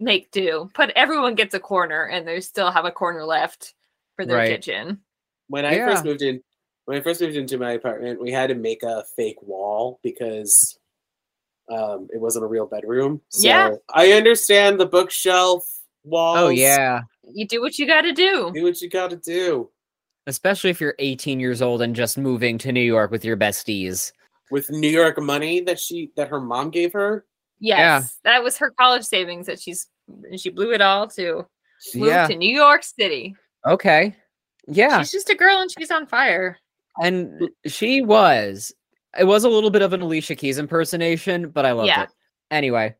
make do. But everyone gets a corner, and they still have a corner left for their
Right.
kitchen.
when I first
Yeah.
moved in, when I first moved into my apartment, we had to make a fake wall because um, it wasn't a real bedroom. So
Yeah.
I understand the bookshelf walls.
oh yeah,
You do what you got to do.
do what you got to do
especially if you're 18 years old and just moving to New York with your besties.
with New York money that she that her mom gave her.
Yes, that was her college savings that she's and she blew it all to move
Yeah.
to New York City.
Okay. Yeah,
She's just a girl and she's on fire.
and she was. It was a little bit of an Alicia Keys impersonation, but I loved
Yeah.
it. Anyway,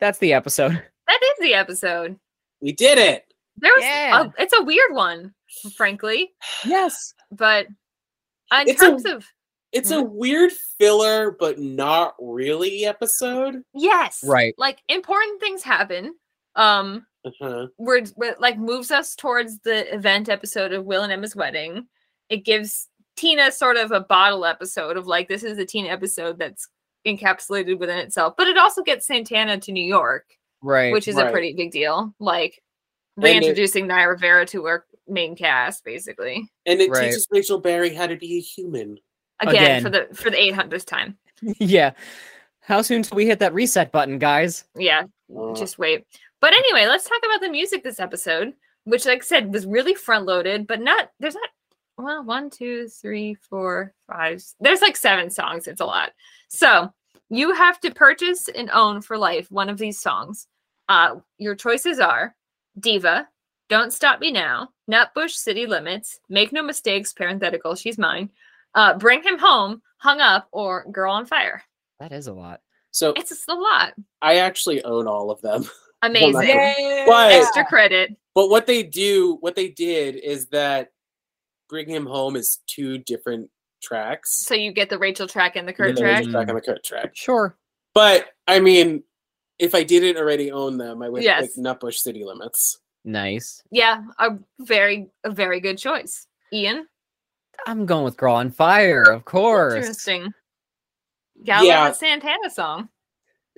that's the episode.
That is the episode.
We did it.
There was
Yeah.
a, it's a weird one, frankly,
Yes.
but in
It's a-
terms of
It's a
Mm-hmm.
weird filler, but not really episode.
yes,
Right.
like important things happen. Um,
Uh-huh.
we're, we like moves us towards the event episode of Will and Emma's wedding. It gives Tina sort of a bottle episode of like this is the Tina episode that's encapsulated within itself, but it also gets Santana to New York,
Right.
which is
right.
a pretty big deal. Like
it-
reintroducing Naya Rivera to her main cast, basically
And it
Right.
teaches Rachel Barry how to be a human.
again, for the for the eight hundredth time.
*laughs* yeah. How soon till we hit that reset button, guys?
Yeah,
Uh,
just wait. But anyway, let's talk about the music this episode, which, like I said, was really front loaded, but not there's not well, one, two, three, four, five. s- There's like seven songs. It's a lot. So you have to purchase and own for life one of these songs. Uh, your choices are Diva, Don't Stop Me Now, Nutbush City Limits, Make No Mistakes, parenthetical, she's mine, uh, Bring Him Home, Hung Up, or Girl on Fire.
That is a lot.
so
It's just a lot.
I actually own all of them. *laughs*
Amazing.
Well, But
Extra credit.
But what they do, what they did is that Bring Him Home is two different tracks.
So you get the Rachel track and the
And
Kurt
then there's a
track.
Rachel-
track on the Kurt track.
Sure.
But I mean, if I didn't already own them, I would
Yes.
pick Nutbush City Limits.
Nice.
Yeah, a very a very good choice. Ian,
I'm going with Girl on Fire, of course.
interesting. Yeah, I love
Yeah.
the Santana song.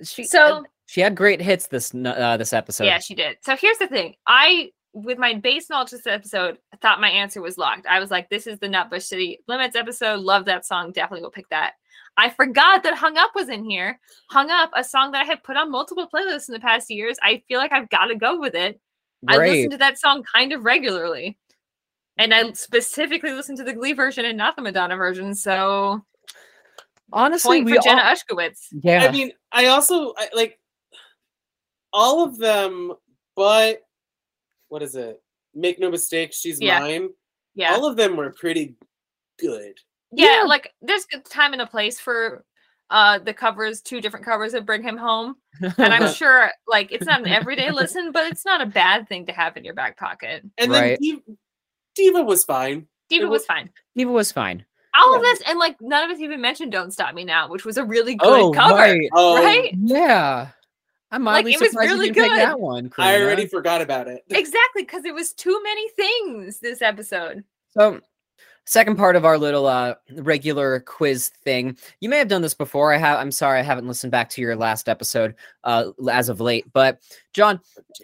She
So-
she had great hits this n- uh, this episode.
yeah, she did. So here's the thing. I with my base knowledge of this episode, thought my answer was locked. I was like, this is the Nutbush City Limits episode. Love that song. Definitely will pick that. I forgot that Hung Up was in here. Hung Up, a song that I have put on multiple playlists in the past years. I feel like I've got to go with it. I
great.
listen to that song kind of regularly. And I specifically listened to the Glee version and not the Madonna version. So
Honestly,
point
we
for Jenna
all,
Ushkowitz.
yeah.
I mean, I also I, like all of them, but what is it? Make no mistake, she's
Yeah.
mine.
Yeah.
All of them were pretty good.
yeah,
Oh, Yeah.
like there's a time and a place for uh the covers, two different covers that bring him home. And
*laughs*
I'm sure like it's not an everyday listen, but it's not a bad thing to have in your back pocket.
And then
Right.
Div- Diva was fine.
Diva
wa-
was fine.
Diva was fine.
All of
yeah.
this and like none of us even mentioned Don't Stop Me Now, which was a really good
Oh,
cover.
right.
Oh,
Right?
Yeah. I'm
Like,
oddly
it was
surprised
really
you didn't pick
good.
that one.
I
Karina.
already forgot about it. *laughs*
Exactly, because it was too many things this episode.
So, second part of our little uh regular quiz thing. You may have done this before. I have. I'm sorry, I haven't listened back to your last episode uh l- as of late. But John,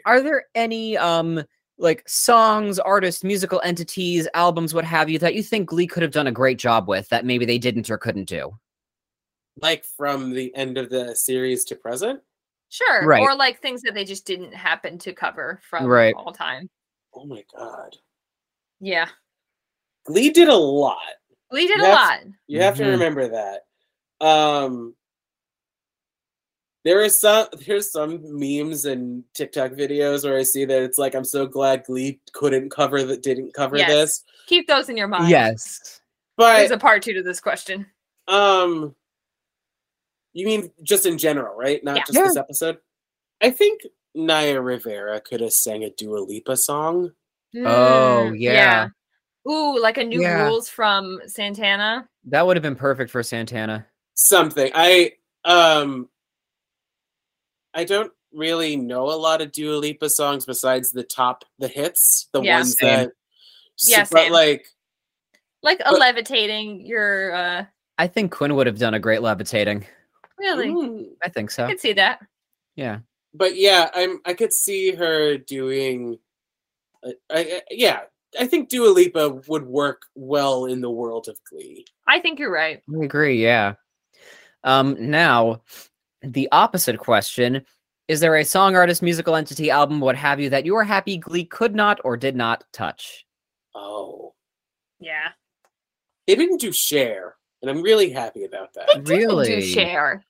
are there any um like songs, artists, musical entities, albums, what have you, that you think Glee could have done a great job with that maybe they didn't or couldn't do?
Like from the end of the series to present.
Sure.
Right.
Or like things that they just didn't happen to cover from
Right.
all time.
Oh my god.
Yeah.
Glee did a lot.
We did a
That's-
lot.
You have to
Mm-hmm.
Mhm.
remember that. Um there is some *laughs* there's some memes and TikTok videos where I see that it's like I'm so glad Glee couldn't cover that didn't cover
Yes.
this.
Keep those in your mind.
Yes.
But
There's a part two to this question.
Um, you mean just in general, right? Not
Yeah.
just this episode. I think Naya Rivera could have sang a Dua Lipa song.
Oh,
Mm,
yeah.
Ooh, like a new
Yeah.
rules from Santana.
That would have been perfect for Santana.
Something. I um, I don't really know a lot of Dua Lipa songs besides the top, the hits, the
Yeah.
ones
Same.
that. s-
Yeah,
but
same.
like
Like a
But-
levitating your uh
I think Quinn would have done a great levitating.
really
mm,
I think
I
so.
can see that.
Yeah.
but yeah, I'm. I could see her doing. I, I, yeah, I think Dua Lipa would work well in the world of Glee.
I think you're right.
I agree, yeah. Um, now, the opposite question is there a song, artist, musical entity, album, what have you, that you are happy Glee could not or did not touch?
Oh.
Yeah.
They didn't do share, and I'm really happy about that.
They didn't
Really?
do share.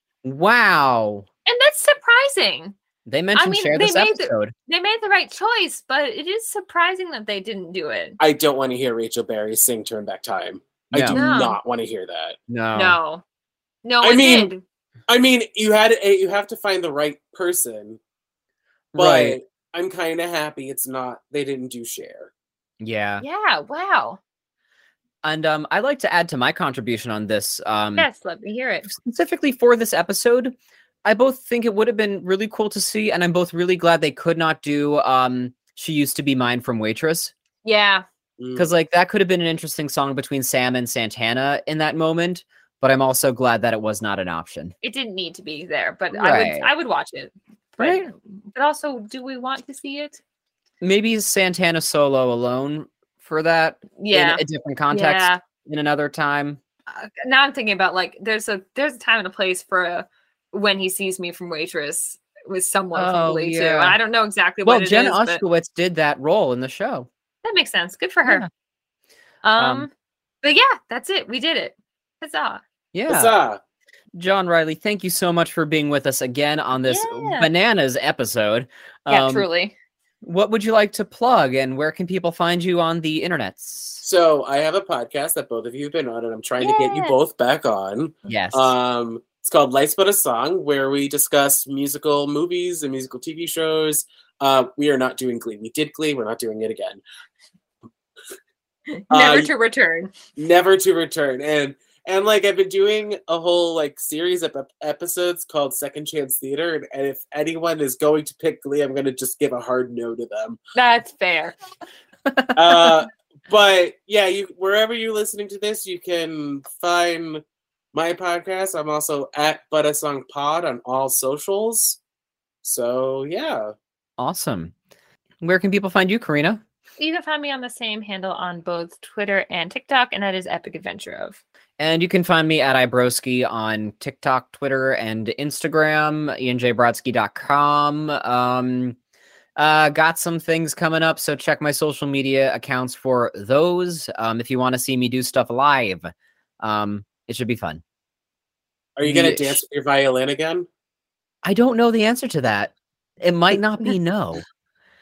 Wow.
And that's surprising.
They mentioned
mean,
share
they
this
made the-
episode.
They made the right choice, but it is surprising that they didn't do it.
I don't want to hear Rachel Berry sing Turn Back Time. I
No,
do
No.
not want to hear that.
no.
No. No,
I
one
mean,
did.
I mean, you had a, you have to find the right person, but
Right.
I'm kind of happy it's not they didn't do share.
Yeah.
Yeah, wow.
And um, I'd like to add to my contribution on this. Um,
Yes, let me hear it.
specifically for this episode, I both think it would have been really cool to see, and I'm both really glad they could not do um, She Used to Be Mine from Waitress.
Yeah.
Mm.
because like that could have been an interesting song between Sam and Santana in that moment. But I'm also glad that it was not an option.
It didn't need to be there, but I
Right.
would I would watch it. But,
Right.
but also, do we want to see it?
Maybe Santana solo alone for that
Yeah.
in a different context
Yeah.
in another time.
Uh, now I'm thinking about like there's a there's a time and a place for a when he sees me from waitress with someone
Oh,
from Glee too.
yeah.
And I don't know exactly
Well,
what it
Jenna
is, but
Uskowitz did that role in the show.
that makes sense. Good for her.
Yeah.
Um,
Um,
but yeah, that's it. We did it. Huzzah.
Yeah.
Huzzah.
John Riley, thank you so much for being with us again on this
Yeah.
bananas episode.
Yeah,
Um,
truly.
What would you like to plug and where can people find you on the internets?
So I have a podcast that both of you have been on, and I'm trying to get you
Yes.
both back on.
Yes.
Um, it's called Lights But a Song, where we discuss musical movies and musical TV shows. Uh, we are not doing Glee. We did Glee. We're not doing it again.
Never
uh,
y-
to return.
Never to return. And and like I've been doing a whole like series of ep- episodes called Second Chance Theater. And, and if anyone is going to pick Glee, I'm going to just give a hard no to them.
That's fair.
Uh, but yeah, you wherever you're listening to this, you can find my podcast. I'm also at But a Song Pod on all socials. So yeah,
awesome. Where can people find you, Karina?
You can find me on the same handle on both Twitter and TikTok, and that is Epic Adventure of.
And you can find me at Ibroski on TikTok, Twitter, and Instagram, ianjbrodsky.com. Um, Uh, got some things coming up, so check my social media accounts for those. Um, if you want to see me do stuff live, um, it should be fun.
Are you gonna
Yeah.
dance with your violin again?
I don't know the answer to that. It might not be no.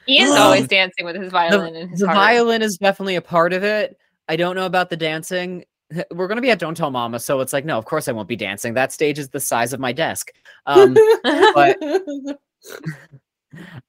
Ian's
Um,
always dancing with his violin in his
the
heart.
violin is definitely a part of it. I don't know about the dancing. *laughs* We're gonna be at Don't Tell Mama, so it's like, no, of course I won't be dancing. That stage is the size of my desk. Um,
*laughs*
but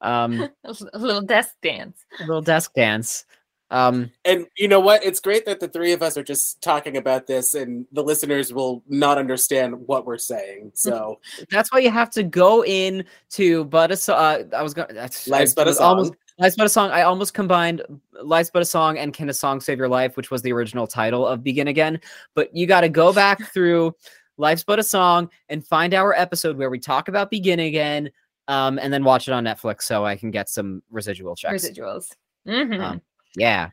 um,
a little desk dance.
little desk dance. Um,
and you know what? It's great that the three of us are just talking about this, and the listeners will not understand what
*laughs*
we're saying. So
that's why you have to go in to but a so- uh, I was gonna that's I
Life's But a
was almost
Song.
Life's But a Song. I almost combined Life's But a Song and Can a Song Save Your Life, which was the original title of Begin Again. But you got to go back through Life's But a Song and find our episode where we talk about Begin Again um, and then watch it on Netflix so I can get some residual checks.
Residuals. Mm-hmm.
Um, Yeah.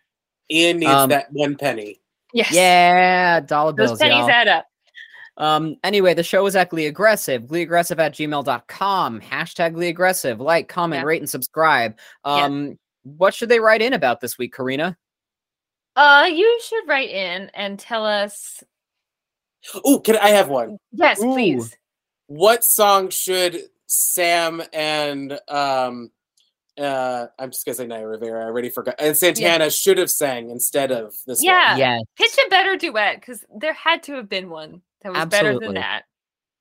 Ian needs
Um,
that one penny.
yes.
Yeah. Dollar
Those
bills.
pennies
y'all.
add up.
Um, anyway, the show is at Glee Aggressive, gleeaggressive at gmail.com, hashtag Glee Aggressive, like, comment,
Yeah.
rate, and subscribe. Um, what should they write in about this week, Karina?
Uh, you should write in and tell us.
Oh, can I have one?
Yes,
Ooh.
please.
What song should Sam and um uh I'm just gonna say Naya Rivera, I already forgot and Santana should have sang instead of this one?
Yeah.
yeah.
Uh, Pitch a better duet because there had to have been one that was better
Absolutely.
than that.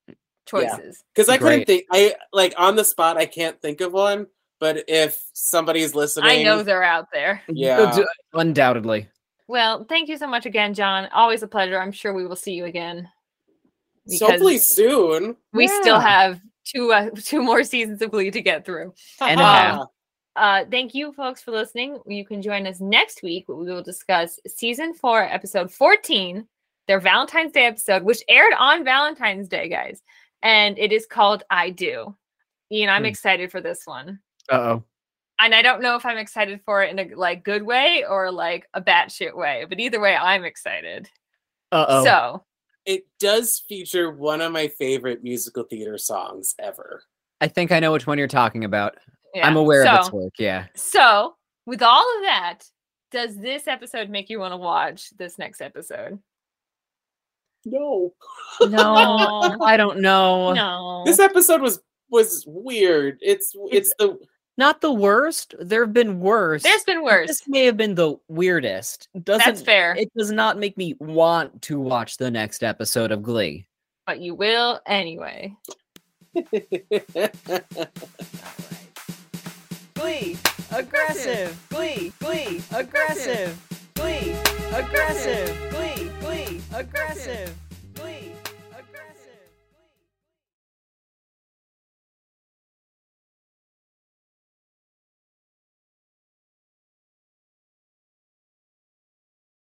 Yeah.
Choices.
Because I
Great.
couldn't think I like on the spot I can't think of one, but if somebody's listening
I know they're out there.
Yeah.
D- Undoubtedly.
Well, thank you so much again, John. Always a pleasure. I'm sure we will see you again.
so hopefully
because-
soon.
We still
Yeah.
have two uh, *laughs* two more seasons of Glee to get through.
*laughs*
And
half.
Ah,
Uh, thank you, folks, for listening. You can join us next week. where We will discuss season four, episode 14, their Valentine's Day episode, which aired on Valentine's Day, guys. And it is called I Do. Ian, I'm
Hmm.
excited for this one.
Uh oh.
And I don't know if I'm excited for it in a like good way or like a batshit way, but either way, I'm excited.
Uh oh.
So
it does feature one of my favorite musical theater songs ever.
I think I know which one you're talking about.
yeah.
I'm aware
so,
of its work. Yeah.
So with all of that, does this episode make you want to watch this next episode?
No.
No.
I don't know.
*laughs* no.
This episode was was weird. It's it's the
Not the worst. There have been worse.
There's been worse.
This may have been the weirdest. Doesn't
That's fair.
it does not make me want to watch the next episode of Glee.
but you will anyway.
*laughs* Glee, aggressive. Glee, glee, aggressive. Glee, aggressive. Glee, glee, aggressive.